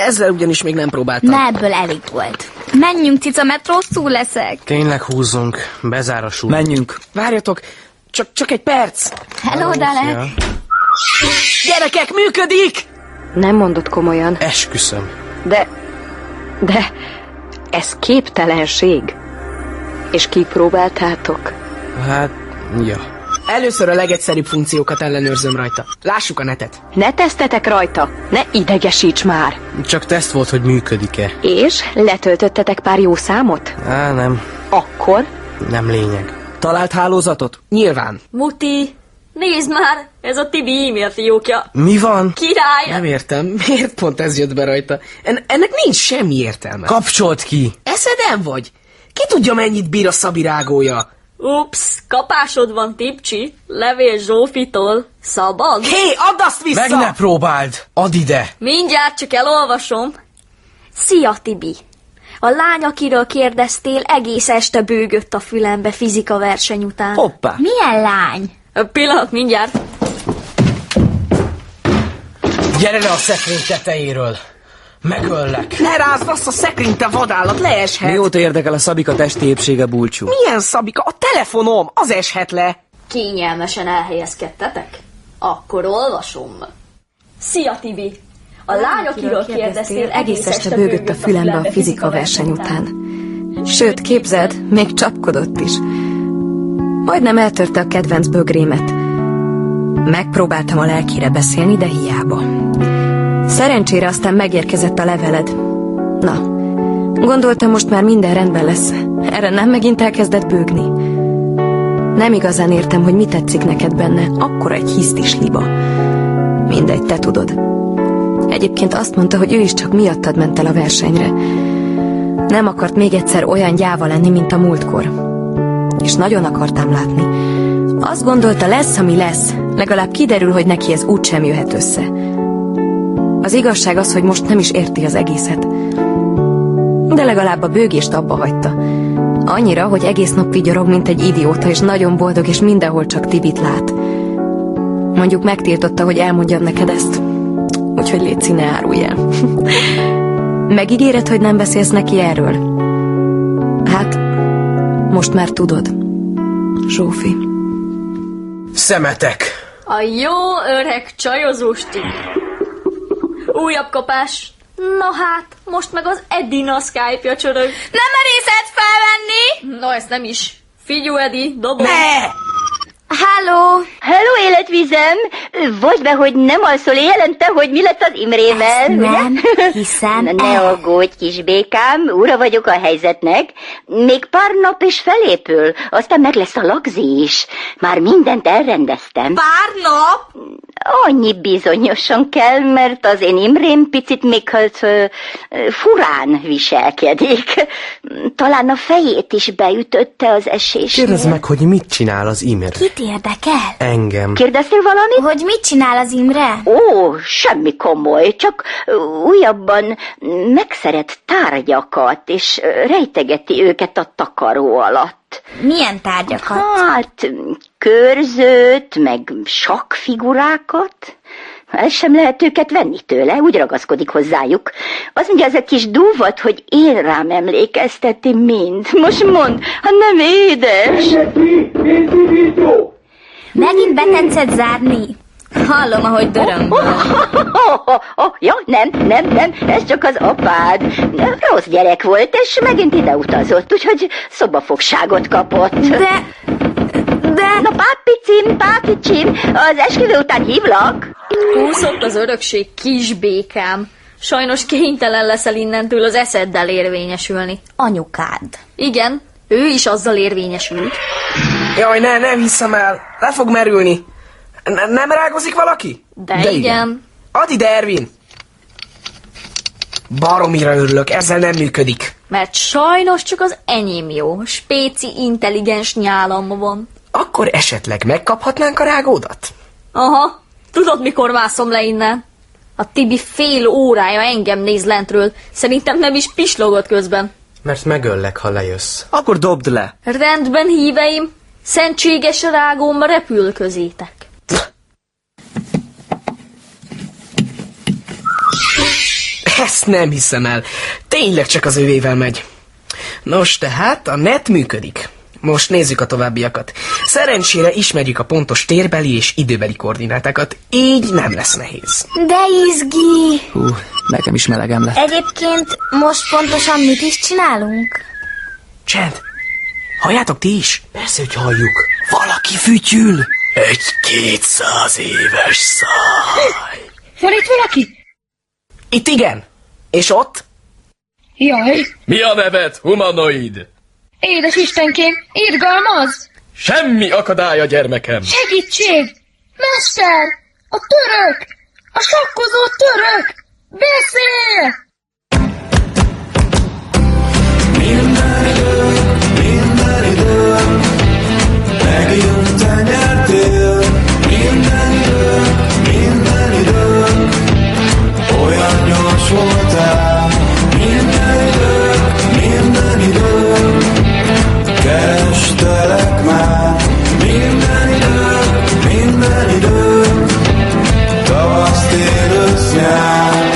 S10: Ezzel ugyanis még nem próbáltam.
S30: Na ebből elég volt. Menjünk, cica, mert rosszul leszek.
S9: Tényleg húzzunk, bezár a súly.
S4: Menjünk.
S10: Várjatok, csak, csak egy perc.
S30: Hello, Dalek.
S10: Gyerekek, működik!
S29: Nem mondod komolyan,
S9: Esküszöm.
S29: de... De... Ez képtelenség. És kipróbáltátok?
S9: Hát, ja.
S10: Először a legegyszerűbb funkciókat ellenőrzöm rajta. Lássuk a netet.
S29: Ne tesztetek rajta, ne idegesíts már.
S9: Csak teszt volt, hogy működik-e.
S29: És letöltöttetek pár jó számot?
S9: Á, nem.
S29: Akkor
S9: Nem lényeg.
S4: Talált hálózatot?
S10: Nyilván.
S8: Muti, nézd már, ez a Tibi e-mail fiókja.
S9: Mi van?
S8: Király!
S10: Nem értem, [LAUGHS] miért pont ez jött be rajta? En- ennek nincs semmi értelme.
S4: Kapcsolt ki!
S10: Eszedem vagy? Ki tudja, mennyit bír a szabirágója?
S8: Ups, kapásod van, Tipcsi. Levél Zsófitól. Szabad?
S10: Hé, hey, add azt vissza!
S9: Meg ne próbáld! Add ide!
S8: Mindjárt csak elolvasom. Szia, Tibi! A lány, akiről kérdeztél, egész este bőgött a fülembe fizika verseny után.
S4: Hoppá!
S30: Milyen lány?
S8: Ö, Pillanat, mindjárt.
S9: Gyere le a szekrény tetejéről! Megöllek!
S10: Ne rázd azt a szekrényt, te vadállat,
S21: Hát-
S10: leeshet!
S4: Mióta érdekel a Szabika testi épsége, búcsú?
S10: Milyen szabika? A telefonom, az eshet le!
S8: Kényelmesen elhelyezkedtetek? Akkor olvasom. Szia, Tibi! A lány, akiről kérdeztél,
S2: Egész este bőgött a fülembe a fizika verseny után. Sőt, képzeld, még csapkodott is. Majdnem eltörte a kedvenc bögrémet. Megpróbáltam a lelkére beszélni, de hiába. Szerencsére aztán megérkezett a leveled. Na, gondoltam most már minden rendben lesz. Erre nem megint elkezdett bőgni. Nem igazán értem, hogy mi tetszik neked benne. Akkor egy hisztis liba. Mindegy, te tudod. Egyébként azt mondta, hogy ő is csak miattad ment el a versenyre. Nem akart még egyszer olyan gyáva lenni, mint a múltkor. És nagyon akartam látni. Azt gondolta, lesz, ami lesz. Legalább kiderül, hogy neki ez úgysem jöhet össze. Az igazság az, hogy most nem is érti az egészet. De legalább a bőgést abba hagyta. Annyira, hogy egész nap vigyorog, mint egy idióta, és nagyon boldog, és mindenhol csak Tibit lát. Mondjuk megtiltotta, hogy elmondjam neked ezt. Úgyhogy légy ne árulj el. [LAUGHS] Megígéred, hogy nem beszélsz neki erről? Hát, most már tudod. Zsófi.
S31: Szemetek!
S8: A jó öreg csajozós Tibi. Újabb kapás. Na hát, most meg az Edina Skype-ja csörög. Nem merészed felvenni? Na ezt nem is. Figyú, Edi, dobom. Ne!
S13: Hello! Hello, életvizem! Vagy be, hogy nem alszol éjjelen, te, hogy mi lett az Imrével, Ezt nem [LAUGHS] hiszem. ne aggódj, kis békám, ura vagyok a helyzetnek. Még pár nap is felépül, aztán meg lesz a lagzi is. Már mindent elrendeztem. Pár nap? Annyi bizonyosan kell, mert az én Imrém picit még hát, ö, ö, furán viselkedik. Talán a fejét is beütötte az esés.
S9: Kérdezd meg, hogy mit csinál az Imer.
S32: Kit érdekel?
S9: Engem.
S13: Kérdeztél valamit?
S32: Hogy mit csinál az Imre?
S13: Ó, semmi komoly, csak újabban megszeret tárgyakat, és rejtegeti őket a takaró alatt.
S32: Milyen tárgyakat?
S13: Hát, körzőt, meg sakfigurákat. El sem lehet őket venni tőle, úgy ragaszkodik hozzájuk. Azt mondja ez a kis dúvat, hogy én rám emlékezteti mind. Most mond, ha nem édes.
S32: Megint betetszett zárni? Hallom, ahogy dörömböl.
S13: Oh, oh, ja, nem, nem, nem, ez csak az apád. Rossz gyerek volt, és megint ide utazott, úgyhogy szobafogságot kapott. De, de... Na, pápicim, pápicsim, Hát, az esküvő után hívlak.
S8: Kúszott az örökség kis békám. Sajnos kénytelen leszel innentől az eszeddel érvényesülni.
S32: Anyukád.
S8: Igen, ő is azzal érvényesült.
S10: Jaj, ne, nem hiszem el. Le fog merülni. N- nem rágozik valaki?
S8: De, De igen. igen.
S10: Add ide, Ervin! Baromira örülök, ezzel nem működik.
S8: Mert sajnos csak az enyém jó. Spéci intelligens nyálam van.
S10: Akkor esetleg megkaphatnánk a rágódat?
S8: Aha, tudod mikor mászom le innen? A Tibi fél órája engem néz lentről. Szerintem nem is pislogott közben.
S31: Mert megöllek, ha lejössz.
S21: Akkor dobd le.
S8: Rendben, híveim! Szentséges rágóm repül közétek.
S10: Ezt nem hiszem el. Tényleg csak az övével megy. Nos, tehát a net működik. Most nézzük a továbbiakat. Szerencsére ismerjük a pontos térbeli és időbeli koordinátákat, így nem lesz nehéz.
S32: De izgi!
S21: Hú, nekem is melegem lett.
S32: Egyébként most pontosan mit is csinálunk?
S10: Csend! Halljátok ti is? Persze, hogy halljuk.
S31: Valaki fütyül!
S20: Egy kétszáz éves száj.
S10: Van itt valaki? Itt igen. És ott?
S33: Jaj,
S16: Mi a neved, humanoid?
S33: édes Istenkém, irgalmaz!
S16: Semmi akadálya, gyermekem!
S33: Segítség! Mester! A török! A sakkozó török! Beszél!
S20: Minden idő, megint te nyertél. Minden idő, minden idő, olyan gyors voltál. Minden idő, minden idő, kerestelek már. Minden idő, minden idő, tavasz, tél, ősz, nyár.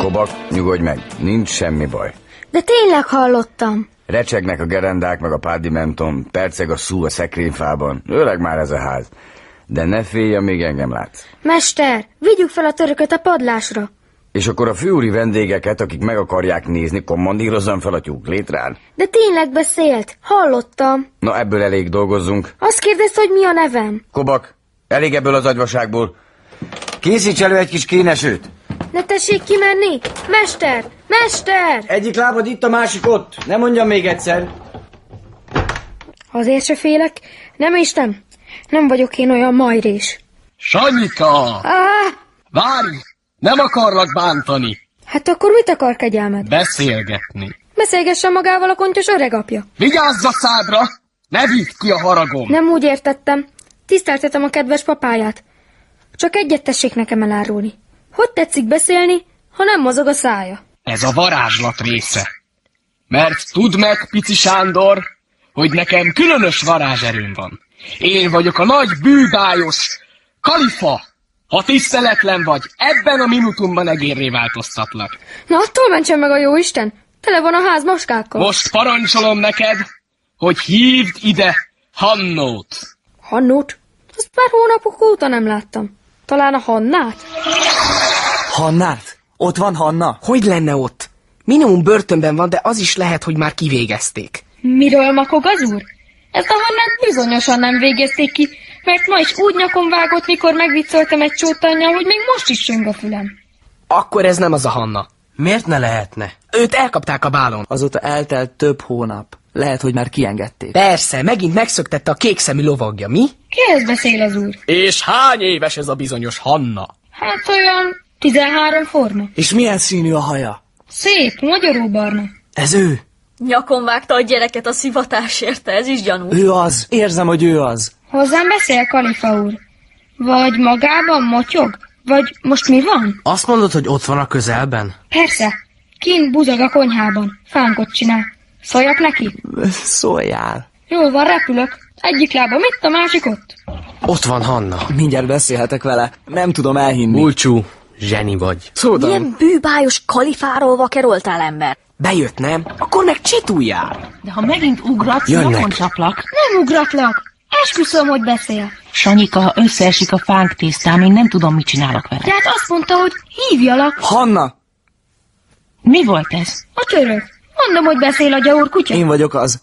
S34: Kobak, nyugodj meg, nincs semmi baj.
S33: De tényleg hallottam.
S34: Recsegnek a gerendák, meg a pádimentom, perceg a szú a szekrényfában, öreg már ez a ház. De ne félj, amíg engem látsz.
S33: Mester, vigyük fel a törököt a padlásra.
S34: És akkor a főúri vendégeket, akik meg akarják nézni, kommandírozzam fel a tyúk létrán.
S33: De tényleg beszélt, hallottam.
S34: Na ebből elég dolgozzunk.
S33: Azt kérdezte, hogy mi a nevem.
S34: Kobak, elég ebből az agyvaságból. Készíts elő egy kis kénesőt.
S33: Ne tessék kimenni! Mester! Mester!
S35: Egyik lábad itt, a másik ott. Ne mondjam még egyszer.
S33: Azért se félek. Nem Isten, nem vagyok én olyan majrés.
S10: Sanyika!
S33: Á,
S10: Várj! Nem akarlak bántani.
S33: hát akkor mit akar kegyelmed?
S10: Beszélgetni.
S33: Beszélgessen magával a kontyos öregapja.
S10: Vigyázz a szádra! Ne vidd ki a haragom!
S33: Nem úgy értettem. Tiszteltetem a kedves papáját. Csak egyet tessék nekem elárulni. Hogy tetszik beszélni, ha nem mozog a szája?
S10: Ez a varázslat része. Mert tudd meg, Pici Sándor, hogy nekem különös varázserőm van. Én vagyok a nagy bűbájos kalifa. Ha tiszteletlen vagy, ebben a minutumban egérré változtatlak.
S33: Na attól mentsen meg a jó Isten! Tele van a ház maskákkal.
S10: Most parancsolom neked, hogy hívd ide Hannót.
S33: Hannót? Azt már hónapok óta nem láttam. Talán a Hannát?
S36: Hannát? Ott van Hanna? Hogy lenne ott? Minimum börtönben van, de az is lehet, hogy már kivégezték.
S33: Miről makog az úr? Ezt a Hannát bizonyosan nem végezték ki, mert ma is úgy nyakon vágott, mikor megviccoltam egy csótanyjal, hogy még most is csöng a fülem.
S36: Akkor ez nem az a Hanna. Miért ne lehetne? Őt elkapták a bálon.
S21: Azóta eltelt több hónap. Lehet, hogy már kiengedték.
S36: Persze, megint megszöktette a kékszemű lovagja, mi?
S33: Kihez beszél az úr?
S10: És hány éves ez a bizonyos Hanna?
S33: Hát olyan 13 forma.
S21: És milyen színű a haja?
S33: Szép, magyarul barna.
S21: Ez ő.
S8: Nyakon vágta a gyereket a szivatás érte, ez is gyanú.
S21: Ő az. Érzem, hogy ő az.
S33: Hozzám beszél, Kalifa úr? Vagy magában motyog? Vagy most mi van?
S9: Azt mondod, hogy ott van a közelben?
S33: Persze, kint buzog a konyhában, fánkot csinál. Szóljak neki?
S21: Szóljál.
S33: Jól van, repülök. Egyik lába itt, a másik ott.
S21: Ott van Hanna. Mindjárt beszélhetek vele. Nem tudom elhinni.
S9: Bulcsú, zseni vagy.
S21: Szódam.
S8: Milyen Hmm. bűbájos kalifáról vakeroltál ember?
S36: Bejött, nem? Akkor meg csituljál!
S1: De ha megint ugratsz,
S36: Jönnek.
S1: nyomon csaplak.
S33: Nem ugratlak. Esküszöm, hogy beszél.
S1: Sanyika, ha összeesik a fánk tisztán, én nem tudom, mit csinálok vele.
S33: De hát azt mondta, hogy hívjalak.
S21: Hanna!
S1: Mi volt ez?
S33: A török. Mondom, hogy beszél a gyaur kutya.
S21: Én vagyok az.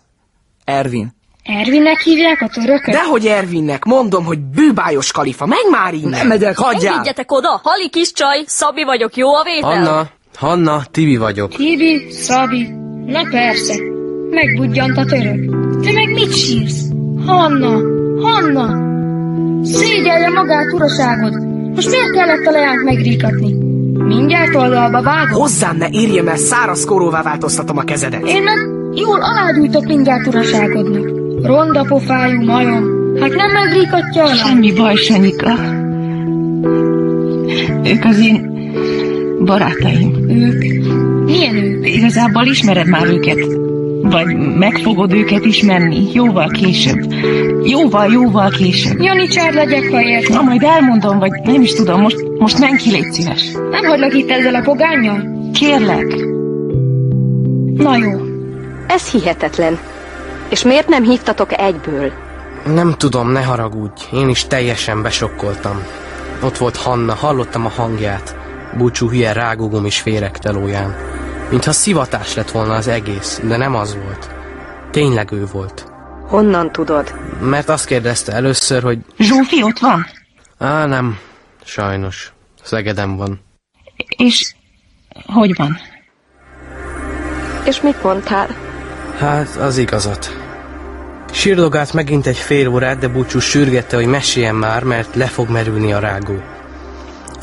S21: Ervin.
S33: Ervinnek hívják a törököt?
S36: Dehogy Ervinnek, mondom, hogy bűbájos kalifa, menj már innen!
S21: Nem megyek,
S8: Engedjetek oda, hali kis csaj, Szabi vagyok, jó a vétel?
S9: Hanna, Hanna, Tibi vagyok.
S33: Tibi, Szabi. Na persze. Megbudjant a török. Te meg mit sírsz? Hanna! Hanna! Szégyelje magát uraságod! Most miért kellett a leányt megríkatni? Mindjárt oldalba vágod?
S36: Hozzám ne érjem el, száraz koróvá változtatom a kezedet.
S33: Én meg jól alágyújtok mindjárt uraságodnak. Ronda pofájú majom. Hát nem megríkatja alá?
S1: Semmi baj, Sanyika. Ők az én barátaim.
S33: Ők? Milyen ők?
S1: Igazából ismered már őket. Vagy meg fogod őket ismerni. Jóval később. Jóval, jóval később.
S33: Jani csár legyek, ha értem.
S1: Na, majd elmondom, vagy nem is tudom. Most, most menj ki, légy szíves.
S33: Nem hagylak itt ezzel a pogánnyal?
S1: Kérlek.
S33: Na jó.
S2: Ez hihetetlen. És miért nem hívtatok egyből?
S9: Nem tudom, ne haragudj. Én is teljesen besokkoltam. Ott volt Hanna, hallottam a hangját. Búcsú hülye rágógom is féreg telóján. Mintha szivatás lett volna az egész, de nem az volt. Tényleg ő volt.
S2: Honnan tudod?
S9: Mert azt kérdezte először, hogy...
S1: Zsófi ott van?
S9: Á, nem. Sajnos. Szegedem van.
S1: És hogy van?
S2: És mit mondtál?
S9: Hát, az igazat. Sírdogált megint egy fél órát, de búcsú sürgette, hogy meséljen már, mert le fog merülni a rágó.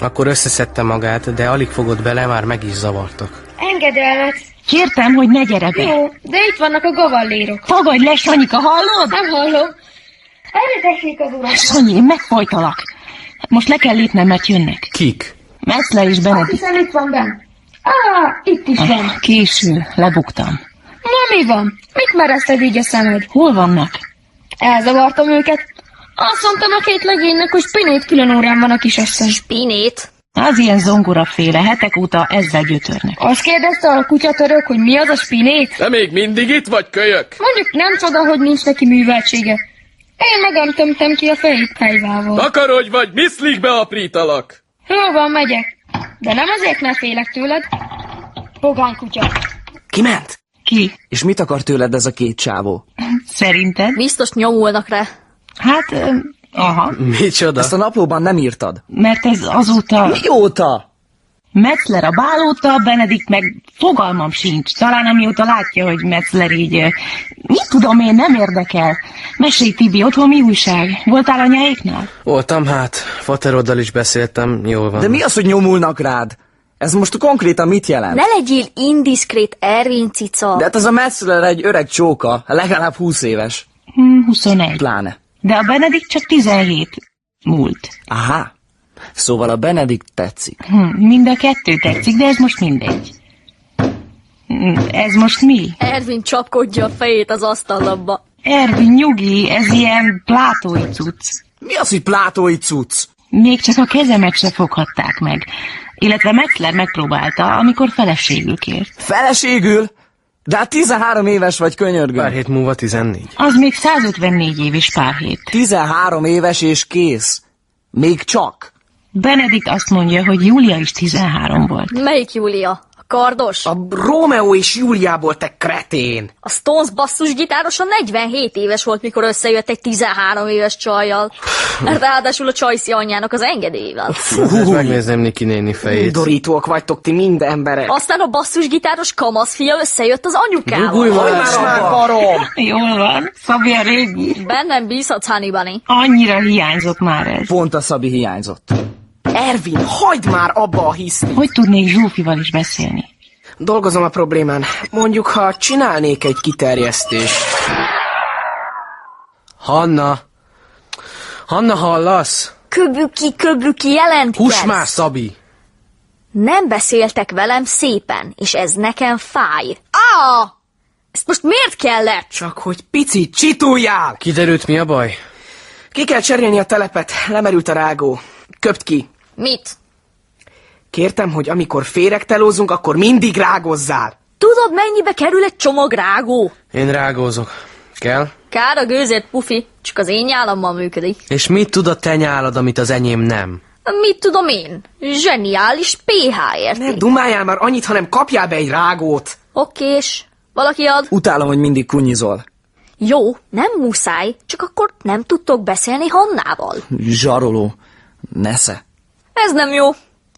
S9: Akkor összeszedte magát, de alig fogott bele, már meg is zavartak.
S33: Engedelmet.
S1: Kértem, hogy ne gyere be.
S33: Jó, de itt vannak a gavallérok.
S1: Fogadj le, Sanyika, hallod?
S33: Nem hallom. Erre tessék az urat.
S1: Sanyi, én megfojtalak. Most le kell lépnem, mert jönnek.
S9: Kik?
S1: Metzler és
S33: Azt
S1: Benedikt.
S33: hiszem itt van benn. Á, itt is van.
S1: Ah, Késő, lebuktam.
S33: Na mi van? Mit merezted így a szemed?
S1: Hol vannak?
S33: Elzavartam őket. Azt mondtam a két legénynek, hogy spinét külön órán van a kisasszony.
S8: Spinét?
S1: Az ilyen zongoraféle hetek óta ezzel gyötörnek.
S33: Azt kérdezte a kutyatörök, hogy mi az a spinét?
S10: Te még mindig itt vagy, kölyök?
S33: Mondjuk nem csoda, hogy nincs neki műveltsége. Én magam tömtem ki a fejét fejvával.
S10: Takarodj vagy, miszlik beaprítalak!
S33: Jól van, megyek. De nem azért, mert félek tőled. Pogány kutya.
S21: Kiment?
S6: Ki?
S21: És mit akar tőled ez a két csávó?
S6: Szerinted?
S8: Biztos nyomulnak rá.
S6: Hát, öm, aha.
S21: Micsoda? Ezt a naplóban nem írtad.
S6: Mert ez azóta...
S21: Mióta?
S6: Metzler a bálóta, Benedikt meg fogalmam sincs. Talán amióta látja, hogy Metzler így... ö, Mit tudom én, nem érdekel. Mesélj Tibi, otthon mi újság? Voltál anyáéknál?
S9: Voltam hát, fateroddal is beszéltem, jól van.
S21: De mi az, hogy nyomulnak rád? Ez most konkrétan mit jelent?
S8: Ne legyél indiszkrét, Ervin cica.
S21: De hát az a Metzler egy öreg csóka, legalább 20 éves.
S6: Hm,
S1: Hmm.
S6: 21.
S21: Pláne.
S6: De a Benedikt csak 17. Múlt.
S21: Aha. Szóval a Benedikt tetszik.
S6: Hm, mind a kettő tetszik, de ez most mindegy. Hm, Ez most mi?
S8: Ervin csapkodja a fejét az asztallapba.
S1: Er-
S6: Ervin, Hát, nyugi, ez ilyen plátói cucc.
S21: Mi az, hogy plátói cucc?
S6: Még csak a kezemet se foghatták meg. Illetve Metzler megpróbálta, amikor feleségül kért.
S21: Feleségül? De hát 13 éves vagy könyörgöm. Pár
S9: hét múlva 14.
S6: Az még 154 év és pár hét.
S21: 13 éves és kész. Még csak.
S6: Benedikt azt mondja, hogy Júlia is 13 volt.
S8: Melyik Júlia? A kardos? A
S10: Rómeó és Júliából, te kretén!
S8: A Stones basszusgitárosa 47 éves volt, mikor összejött egy 13 éves csajjal. Ráadásul a csajszi anyjának az engedélyével.
S9: Fú. Megnézném hát Niki néni fejét.
S10: Undorítóak vagytok ti mind emberek.
S8: Aztán a basszusgitáros kamasz fia összejött az anyukával.
S10: Rugulj már, Hogy már már, abba! barom!
S6: Jól van, Szabi a régi.
S8: Bennem bízhatsz, Honey Bunny.
S6: Annyira hiányzott már ez.
S21: Pont a Szabi hiányzott.
S10: Ervin, hagyd már abba a hiszni!
S6: Hogy tudnék Zsófival is beszélni?
S10: Dolgozom a problémán. Mondjuk, ha csinálnék egy kiterjesztést.
S9: Hanna! Hanna, hallasz?
S8: Köbüki, köbüki jelentkezz.
S9: Hús már, Szabi!
S8: Nem beszéltek velem szépen, és ez nekem fáj. Á! Ezt most miért kellett?
S10: Csak hogy pici csituljál!
S9: Kiderült, mi a baj?
S10: Ki kell cserélni a telepet, lemerült a rágó. Köpt ki.
S8: Mit?
S10: Kértem, hogy amikor féregtelózunk, akkor mindig rágozzál.
S8: Tudod, mennyibe kerül egy csomag rágó?
S9: Én rágózok. Kell?
S8: Kár a gőzért, Pufi, csak az én nyálammal működik.
S9: És mit tud a te nyálad, amit az enyém nem?
S8: Mit tudom én? Zseniális ph ért
S10: Ne dumáljál már annyit, hanem kapjál be egy rágót.
S8: Okés. Valaki ad?
S21: Utálom, hogy mindig kunyizol.
S8: Jó, nem muszáj, csak akkor nem tudtok beszélni Hannával.
S21: Zsaroló. Nesze.
S8: Ez nem jó.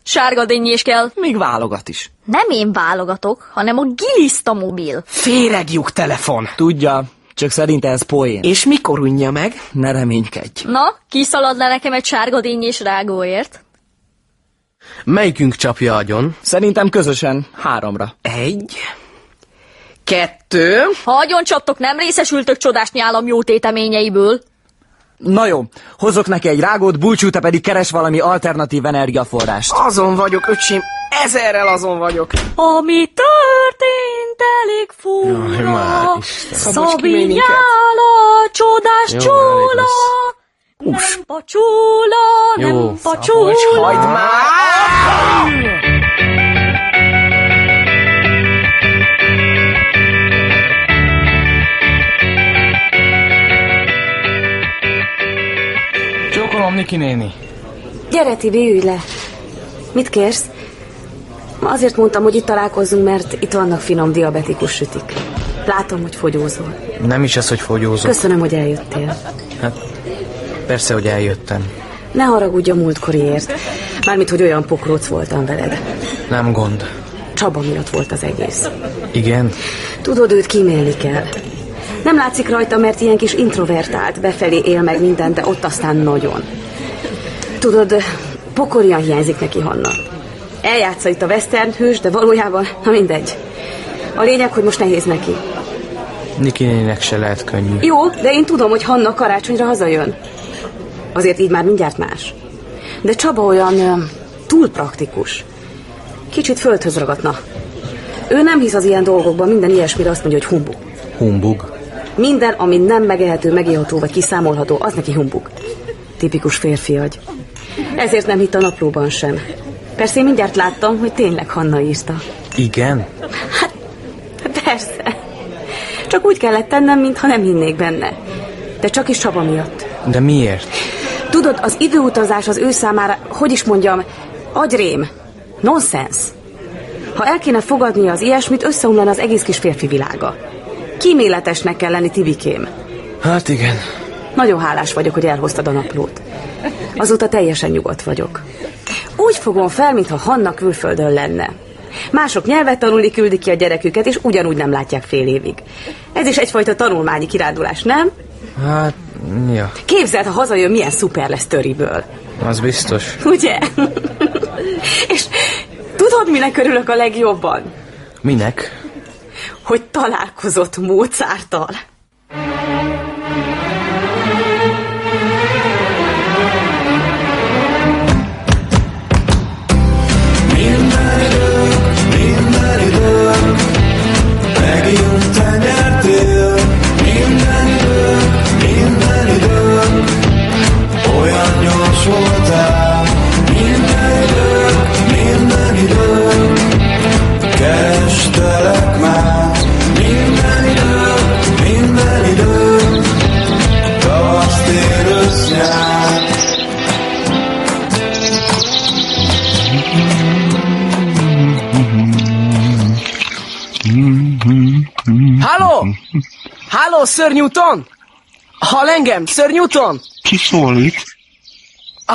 S8: Sárga dinnyés is kell.
S21: Még válogat is.
S8: Nem én válogatok, hanem a giliszta mobil.
S10: Féregjuk telefon.
S21: Tudja, csak szerinte ez poén.
S10: És mikor unja meg?
S21: Ne reménykedj.
S8: Na, kiszalad le nekem egy sárga dinnyés rágóért.
S9: Melyikünk csapja agyon?
S21: Szerintem közösen háromra.
S10: Egy. Kettő.
S8: Ha agyon csaptok, nem részesültök csodás nyálam jó téteményeiből.
S21: Na jó, hozok neki egy rágót, búcsú, te pedig keres valami alternatív energiaforrást.
S10: Azon vagyok, öcsém. Ezerrel azon vagyok.
S8: Ami történt, elég
S9: Jaj,
S8: fura.
S9: már
S10: Szabos
S8: Szabi
S10: kiméninket.
S8: nyála, csodás
S9: Jó, elég
S8: csóla.
S9: lesz.
S8: Nem pacsóla,
S9: Jó,
S8: nem pacsóla.
S9: Szabolcs, hagyd Csókolom, Niki néni.
S15: Gyere, Tibi, ülj le. Mit kérsz? Azért mondtam, hogy itt találkozunk, mert itt vannak finom diabetikus sütik. Látom, hogy fogyózol.
S9: Nem is ez, hogy fogyózok.
S15: Köszönöm, hogy eljöttél.
S9: Hát, persze, hogy eljöttem.
S15: Ne haragudj a múltkoriért. Mármint, hogy olyan pokróc voltam veled.
S9: Nem gond.
S15: Csaba miatt volt az egész.
S9: Igen?
S15: Tudod, őt kímélni kell. Nem látszik rajta, mert ilyen kis introvertált, befelé él meg mindent, de ott aztán nagyon. Tudod, pokolian hiányzik neki Hanna. Eljátsza itt a western hős, de valójában, na mindegy. A lényeg, hogy most nehéz neki.
S9: Niki néninek se lehet könnyű.
S15: Jó, de én tudom, hogy Hanna karácsonyra hazajön. Azért így már mindjárt más. De Csaba olyan ö, túl praktikus. Kicsit földhöz ragadna. Ő nem hisz az ilyen dolgokban, minden ilyesmire azt mondja, hogy humbug.
S9: Humbug.
S15: Minden, ami nem megehető, megiható vagy kiszámolható, az neki humbug. Tipikus férfi agy. Ezért nem hitt a naplóban sem. Persze én mindjárt láttam, hogy tényleg Hanna írta.
S9: Igen?
S15: Persze. Csak úgy kellett tennem, mintha nem hinnék benne. De csak is Csaba miatt.
S9: De miért?
S15: Tudod, az időutazás az ő számára, hogy is mondjam, agyrém. Nonsens. Ha el kéne fogadnia az ilyesmit, összeomlana az egész kis férfi világa. Kíméletesnek kell lenni, Tibikém.
S4: Hát igen.
S15: Nagyon hálás vagyok, hogy elhoztad a naplót. Azóta teljesen nyugodt vagyok. Úgy fogom fel, mintha Hanna külföldön lenne. Mások nyelvet tanulni küldik ki a gyereküket, és ugyanúgy nem látják fél évig. Ez is egyfajta tanulmányi kirándulás, nem?
S9: Hát, ja,
S15: Képzeld, ha hazajön, milyen szuper lesz töriből.
S9: az biztos.
S15: Ugye? és tudod, minek örülök a legjobban?
S9: Minek?
S15: Hogy találkozott Mozarttal.
S20: Minden idők, megint te nyertél. Minden idők, minden idők, olyan gyors voltál. Minden idők, minden idők, kerestelek már. Minden idők, minden idők, tavaszt ér össznyár.
S10: Halló! Halló, Sir Newton! Hall engem, Sir Newton!
S3: Ki szólít?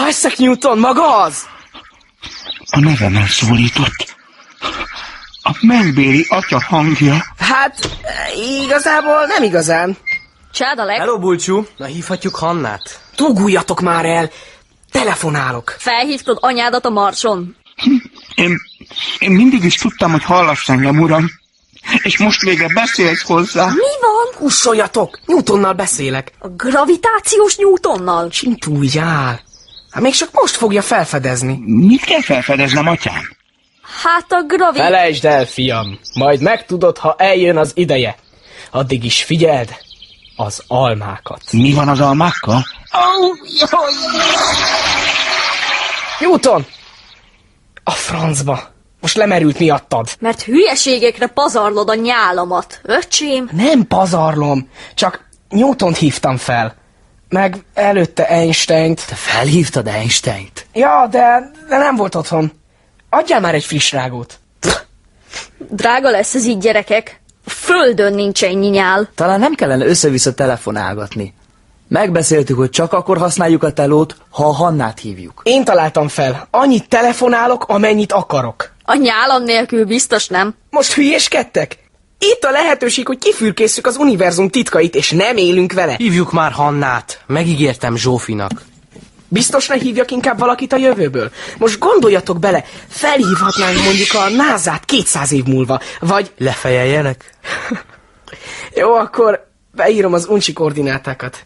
S10: Isaac Newton, maga az?
S3: A nevemen szólított. A megbéli atya hangja.
S10: Hát, igazából nem igazán.
S8: Csád Alex.
S10: Hello, Bulcsú. Na, hívhatjuk Hannát? Tuguljatok már el! Telefonálok.
S8: Felhívtad anyádat a marson.
S3: Én, én mindig is tudtam, hogy hallasz engem, uram. És most végre beszélsz hozzá.
S8: Mi van?
S10: Hussoljatok! Newtonnal beszélek.
S8: A gravitációs Newtonnal.
S10: Csintújjál! Hát még csak most fogja felfedezni.
S3: Mit kell felfedeznem, atyám?
S8: Hát a gravi...
S10: Felejtsd el, fiam! Majd megtudod, ha eljön az ideje. Addig is figyeld az almákat.
S3: Mi van az almákkal?
S10: Oh, jaj. Newton! A francba! Most lemerült miattad.
S8: Mert hülyeségekre pazarlod a nyálamat, öcsém.
S10: Nem pazarlom, csak Newtont hívtam fel. Meg előtte Einsteint. Te
S4: Felhívtad Einsteint?
S10: Ja, de, de nem volt otthon. Adjál már egy friss rágót.
S8: Drága lesz ez így, gyerekek. Földön nincs ennyi nyál.
S21: Talán nem kellene össze-vissza telefonálgatni. Megbeszéltük, hogy csak akkor használjuk a telót, ha a Hannát hívjuk.
S10: Én találtam fel. Annyit telefonálok, amennyit akarok.
S8: A nyálam nélkül biztos nem.
S10: Most hülyéskedtek? Itt a lehetőség, hogy kifürkészük az univerzum titkait, és nem élünk vele.
S9: Hívjuk már Hannát. Megígértem Zsófinak.
S10: Biztos ne hívjak inkább valakit a jövőből? Most gondoljatok bele, felhívhatnánk mondjuk a názát 200 év múlva, vagy...
S9: Lefejeljenek?
S10: [LAUGHS] Jó, akkor beírom az uncsi koordinátákat.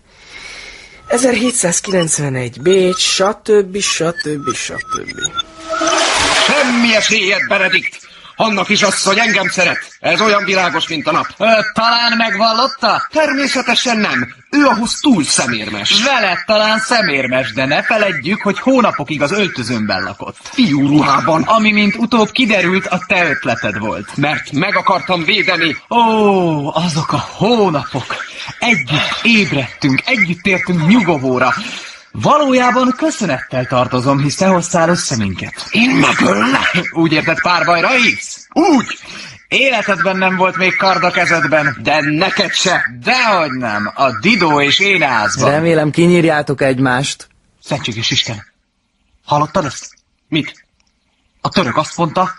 S10: 1791, Bécs, stb. stb. stb.
S3: Semmi esélyed, Benedikt! Annak is az, hogy engem szeret. Ez olyan világos, mint a nap.
S18: Talán megvallotta?
S3: Természetesen nem. Ő ahhoz túl szemérmes.
S18: Veled talán szemérmes, de ne feledjük, hogy hónapokig az öltözőmben lakott.
S3: Fiú ruhában.
S18: Ami, mint utóbb kiderült, a te ötleted volt.
S3: Mert meg akartam védeni.
S18: Ó, azok a hónapok! Együtt ébredtünk, együtt értünk nyugovóra. Valójában köszönettel tartozom, hisz te hoztál össze minket.
S3: Én megöllek?
S18: Úgy érted párbajra hívsz?
S3: Úgy!
S18: Életedben nem volt még kard a kezedben, de neked se. Dehogy nem, a Didó és én házban.
S21: Remélem kinyírjátok egymást.
S18: Szentséges Isten! Hallottad ezt? Mit? A török azt mondta,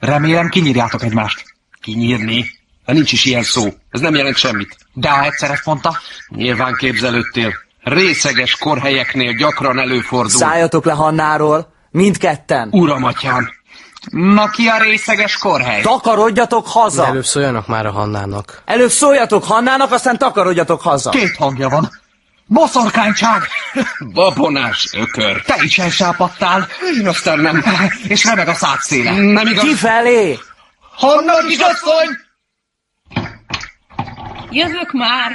S18: remélem kinyírjátok egymást.
S3: Kinyírni? Hát nincs is ilyen szó. Ez nem jelent semmit.
S18: De ha egyszer ezt mondta,
S3: Nyilván képzelődtél. Részeges korhelyeknél gyakran előfordul.
S21: Szálljatok le Hannáról, mindketten.
S3: Uram, atyám!
S18: na ki a részeges korhely?
S21: Takarodjatok haza!
S9: De előbb szóljanak már a Hannának.
S21: Előbb szóljatok Hannának, aztán takarodjatok haza.
S18: Két hangja van. Boszorkányság!
S3: Babonás ökör!
S18: Te is elsápadtál,
S3: Én aztán nem.
S18: és remeg a szád széle.
S3: Nem igaz.
S21: Kifelé!
S18: Honnan kisasszony?
S6: Jövök már!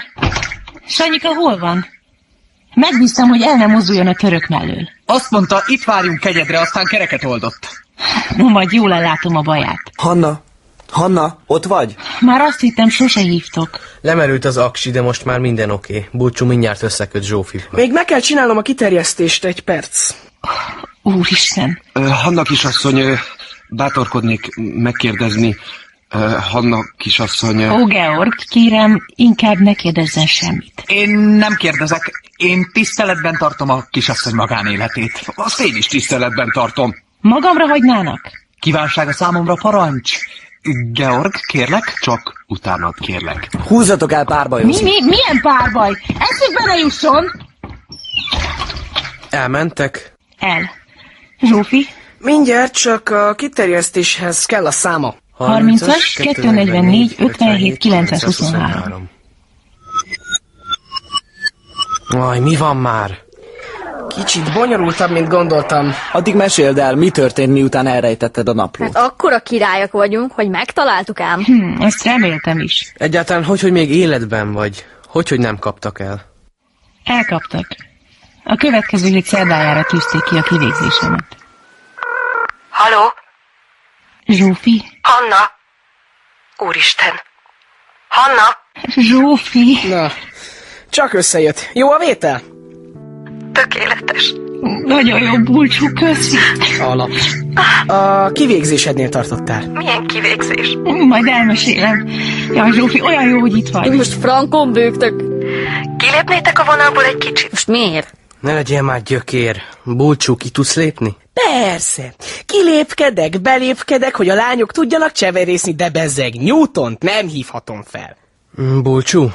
S6: Sanyika hol van? Megbíztam, hogy el nem mozduljon a török mellől.
S18: Azt mondta, itt várjunk kegyedre, aztán kereket oldott.
S6: No, majd jól ellátom a baját.
S21: Hanna, Hanna, ott vagy?
S6: Már azt hittem, sose hívtok.
S9: Lemerült az aksi, de most már minden oké. Okay. Bulcsú mindjárt összeköt Zsófi.
S10: Még meg kell csinálnom a kiterjesztést egy perc.
S6: Úristen,
S3: Ö, Hanna kisasszony, ö,
S37: bátorkodnék megkérdezni, uh, Hanna kisasszony...
S1: Ó, Georg, kérem, inkább ne kérdezzen semmit.
S3: Én nem kérdezek. Én tiszteletben tartom a kisasszony magánéletét.
S37: Azt én is tiszteletben tartom.
S1: Magamra hagynának?
S3: Kívánsága számomra parancs. Georg, kérlek, csak utánad kérlek.
S21: Húzzatok el párba,
S1: Mi, mi, milyen párbaj? Eszükbe ne jusson!
S10: Elmentek?
S1: El. Zsófi?
S10: Mindjárt csak a kiterjesztéshez kell a száma.
S1: 30-as, 244, 57, 923.
S10: Aj, mi van már? Kicsit bonyolultabb, mint gondoltam.
S21: Addig meséld el, mi történt, miután elrejtetted a naplót.
S8: Hát akkora királyok vagyunk, hogy megtaláltuk ám.
S1: Hm, ezt reméltem is.
S9: Egyáltalán hogy, hogy még életben vagy? Hogy, hogy nem kaptak el?
S1: Elkaptak. A következő hét szerdájára tűzték ki a kivégzésemet.
S2: Haló?
S1: Zsófi?
S2: Hanna? Úristen! Hanna?
S1: Zsófi!
S10: Na, csak összejött. Jó a vétel?
S2: Tökéletes.
S1: Nagyon jó bulcsú, köszi.
S10: Alap. A kivégzésednél tartottál.
S2: Milyen kivégzés?
S1: Majd elmesélem. Ja, Zsófi, olyan jó, hogy itt vagy.
S8: Most frankon bőgtök.
S2: Kilépnétek a vonalból egy kicsit?
S8: Most miért?
S9: Ne legyél már gyökér. Bulcsú, ki tudsz lépni?
S10: Persze. Kilépkedek, belépkedek, hogy a lányok tudjanak cseverészni, de bezzeg Newtont nem hívhatom fel.
S9: Mm, Bulcsú?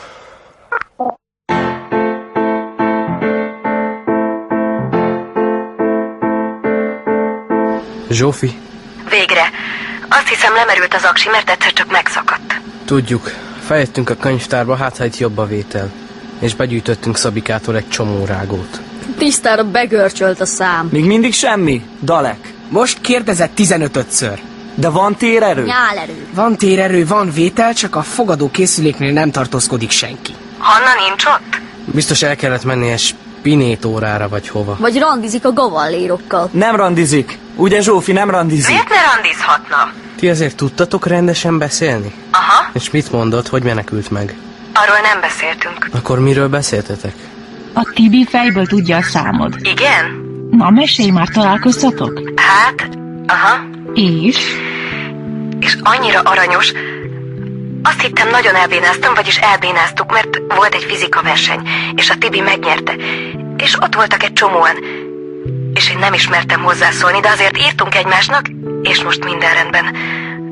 S9: Zsófi,
S2: Végre. Azt hiszem lemerült az aksi, mert egyszer csak megszakadt.
S9: tudjuk, feljöttünk a könyvtárba, hát ha itt jobb a vétel. És begyűjtöttünk Szabikától egy csomó rágót.
S8: Tisztára begörcsölt a szám.
S21: Még mindig semmi? Dalek.
S10: Most kérdezett 15-ször.
S21: De van térerő?
S8: Nyálerő.
S10: Van térerő, van vétel, csak a fogadó készüléknél nem tartózkodik senki.
S2: Hanna nincs ott?
S9: Biztos el kellett menni egy spinét órára vagy hova.
S8: Vagy randizik a gavallérokkal.
S21: Nem randizik. Ugye Zsófi nem randizik?
S2: Miért ne randizhatna?
S9: Ti azért tudtatok rendesen beszélni? Aha. És mit mondott, hogy menekült meg?
S2: Arról nem beszéltünk.
S9: Akkor miről beszéltetek?
S1: A Tibi fejből tudja a számod.
S2: Igen?
S1: Na, mesélj már, találkoztatok?
S2: Hát, aha.
S1: És?
S2: És annyira aranyos. Azt hittem, nagyon elbénáztam, vagyis elbénáztuk, mert volt egy fizika verseny, és a Tibi megnyerte. És ott voltak egy csomóan. És én nem ismertem hozzászólni, de azért írtunk egymásnak, és most minden rendben.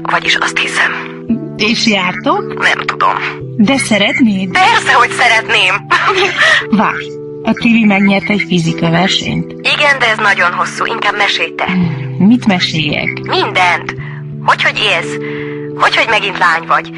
S2: Vagyis azt hiszem.
S1: És jártok?
S2: Nem tudom.
S1: De szeretnéd?
S2: Persze, hogy szeretném.
S1: Várj, a Tibi megnyerte egy fizika versenyt.
S2: Igen, de ez nagyon hosszú, inkább mesélj te.
S1: Mit meséljek?
S2: Mindent. Hogy, hogy élsz? Hogy, hogy megint lány vagy?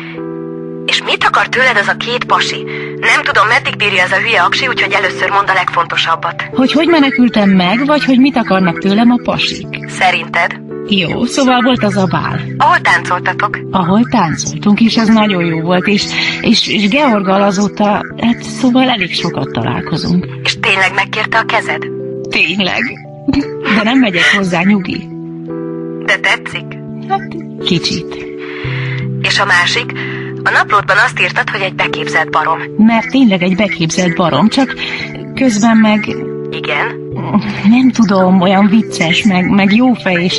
S2: És mit akar tőled az a két pasi? Nem tudom, meddig bírja ez a hülye aksi, úgyhogy először mondd a legfontosabbat.
S1: Hogy hogy menekültem meg, vagy hogy mit akarnak tőlem a pasik?
S2: Szerinted?
S1: Jó, szóval volt az a bál,
S2: Ahol táncoltatok?
S1: ahol táncoltunk, és ez nagyon jó volt, és, és, és Georgal azóta, hát szóval elég sokat találkozunk.
S2: És tényleg megkérte a kezed?
S1: Tényleg? De nem megyek hozzá, nyugi.
S2: De tetszik.
S1: Kicsit.
S2: És a másik? A naplódban azt írtad, hogy egy beképzelt barom.
S1: Mert tényleg egy beképzelt barom, csak közben meg
S2: Igen?
S1: nem tudom, olyan vicces, meg, meg jó fej, és,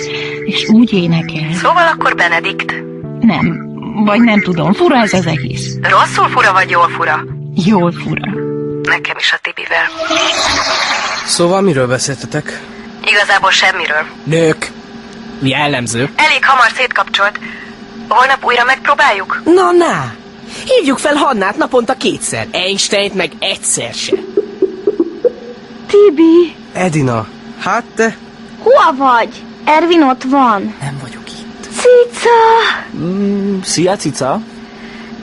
S1: és úgy énekel.
S2: Szóval akkor Benedikt.
S1: Nem, vagy nem tudom, fura ez az egész.
S2: Rosszul fura vagy jól fura?
S1: Jól fura.
S2: Nekem is a Tibivel.
S9: Szóval miről beszéltetek?
S2: Igazából semmiről.
S10: Nők. Jellemző.
S2: Elég hamar szétkapcsolt. Holnap újra megpróbáljuk?
S10: Na, na! Hívjuk fel Hannát naponta kétszer, Einsteint meg egyszer se.
S13: Tibi,
S9: Edina, hát
S10: eh,
S9: te...
S13: hova vagy? Ervin ott van. Nem vagyok itt. Cica!
S21: Mm, szia, cica.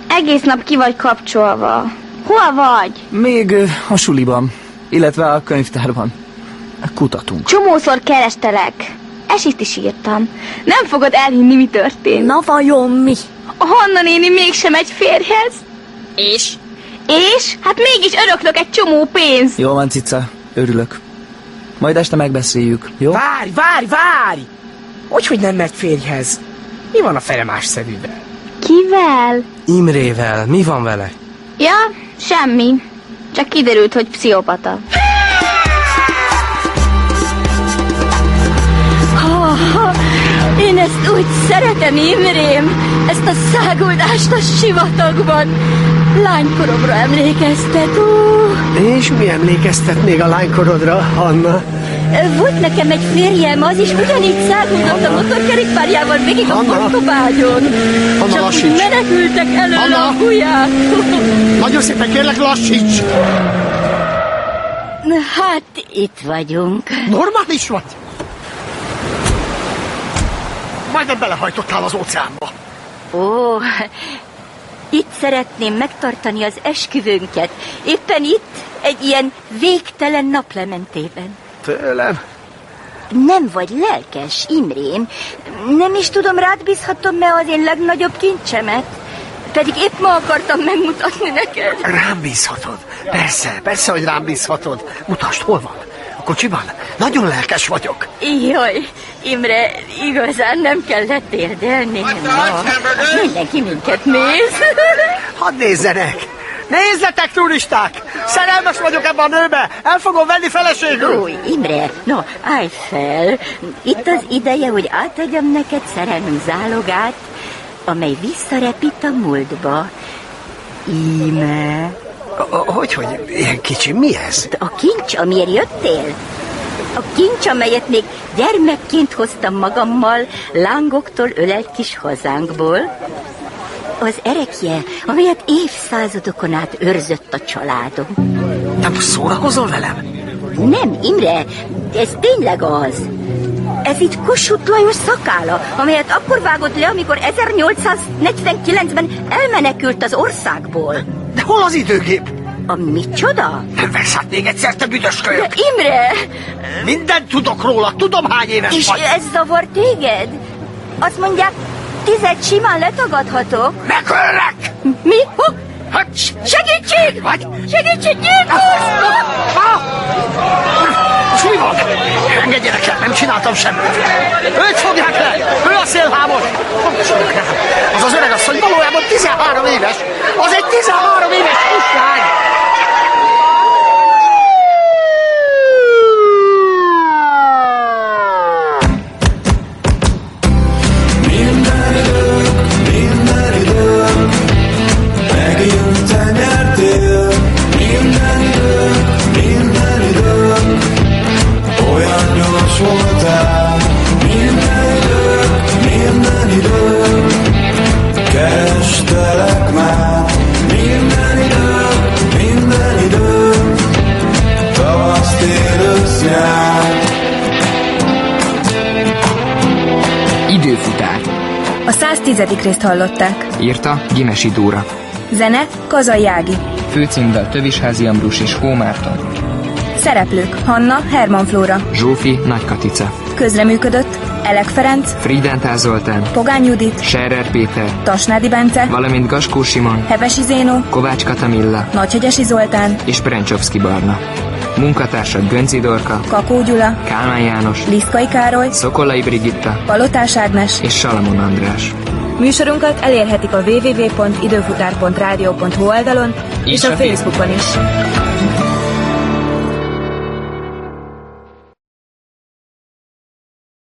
S13: Egész nap ki vagy kapcsolva. Hol vagy?
S21: Még ö, a suliban, illetve a könyvtárban. Kutatunk.
S13: Csomószor kerestelek. Esit is írtam. Nem fogod elhinni, mi történt. Na vajon mi? A Hanna néni mégsem egy férjhez.
S8: És?
S13: És? Hát mégis öröklök egy csomó pénzt.
S21: Jól van, cica. Örülök. Majd este megbeszéljük, jó?
S10: Várj, várj, várj! Hogy, hogy nem megy férjhez? Mi van a felemás szemüvel?
S13: Kivel?
S9: Imrével, mi van vele?
S13: Ja, semmi. Csak kiderült, hogy pszichopata. Én ezt úgy szeretem, Imrém, ezt a száguldást a sivatagban. Lánykoromra emlékeztet, ú,
S4: És mi emlékeztet még a lánykorodra, Hanna?
S13: Volt nekem egy férjem, az is ugyanígy száguldott a motorkerékpárjával végig a parkobágyon.
S4: Anna,
S13: Csak úgy
S4: lassíts.
S13: menekültek elő a hulyák.
S4: [LAUGHS] Nagyon szépen kérlek, lassíts!
S13: Na hát, itt vagyunk.
S4: Normális vagy? Majdnem belehajtottál az óceánba.
S13: Ó, itt szeretném megtartani az esküvőnket. Éppen itt, egy ilyen végtelen naplementében.
S4: Tőlem?
S13: Nem vagy lelkes, Imrém. Nem is tudom, rád bízhatom-e az én legnagyobb kincsemet. Pedig épp ma akartam megmutatni neked.
S4: Rám bízhatod. Persze, persze, hogy rám bízhatod. Mutasd, hol van? A kocsiban? Nagyon lelkes vagyok.
S13: Jaj, Imre, igazán nem kellett érdelni. Na, Mindenki minket néz.
S4: Hadd nézzenek! Nézzetek, turisták! Szerelmes vagyok ebbe a nőbe! El fogom venni feleségül!
S13: Új, Imre, no, állj fel. Itt az ideje, hogy átadjam neked szerelmünk zálogát, amely visszarepít a múltba. Íme.
S4: Hogy, hogy ilyen kicsi, mi ez?
S13: A kincs, amiért jöttél? A kincs, amelyet még gyermekként hoztam magammal, lángoktól ölelt kis hazánkból. Az erekje, amelyet évszázadokon át őrzött a családom.
S4: Nem szórakozol velem?
S13: Nem, Imre, ez tényleg az. Ez itt Kossuth Lajos szakála, amelyet akkor vágott le, amikor 1849-ben elmenekült az országból.
S4: De hol az időgép?
S13: A micsoda?
S4: Nem vesz hát még egyszer, te büdös kölyök!
S13: De Imre!
S4: Mindent tudok róla, tudom hány éves
S13: És
S4: vagy!
S13: ez zavar téged? Azt mondják, tizet simán letagadhatok.
S4: Megöllek!
S13: Mi? Ho?
S4: Hát
S13: Segítség! Segítség,
S4: Ah! És mi van? Engedjenek el, nem csináltam semmit. Őt fogják le! Ő a szélhámos! Fogjanak rá. Az az öreg asszony valójában 13 éves! Az egy 13 éves kislány!
S20: Minden idők, megint te nyertél. Minden idők, minden idők, olyan gyors voltál. Minden idők, minden idők, kerestelek már. Minden idők, minden idők, tavasz, tél, ősz, nyár.
S7: Időfutár.
S14: A 110. részt hallották.
S7: Írta Gimesi Dóra.
S14: Zene Kazai Ági.
S7: Főcímdal Tövisházi Ambrus és Hó Márton.
S14: Szereplők Hanna Herman Flóra.
S7: Zsófi Nagykatica.
S14: Közreműködött Elek Ferenc,
S7: Fridentál Zoltán.
S14: Pogány Judit,
S7: Serrer Péter.
S14: Tasnádi Bence,
S7: Valamint Gaskó Simon.
S14: Hevesi Zénó,
S7: Kovács Katamilla.
S14: Nagyhegyesi Zoltán,
S7: És Perencsovszki Barna. Munkatársak Gönci Dorka.
S14: Kakó Gyula,
S7: Kálmán János.
S14: Liszkai Károly,
S7: Szokollai Brigitta.
S14: Palotás Ágnes.
S7: És Salamon András.
S14: Műsorunkat elérhetik a www.időfutár.rádió.hu oldalon és a Facebookon is.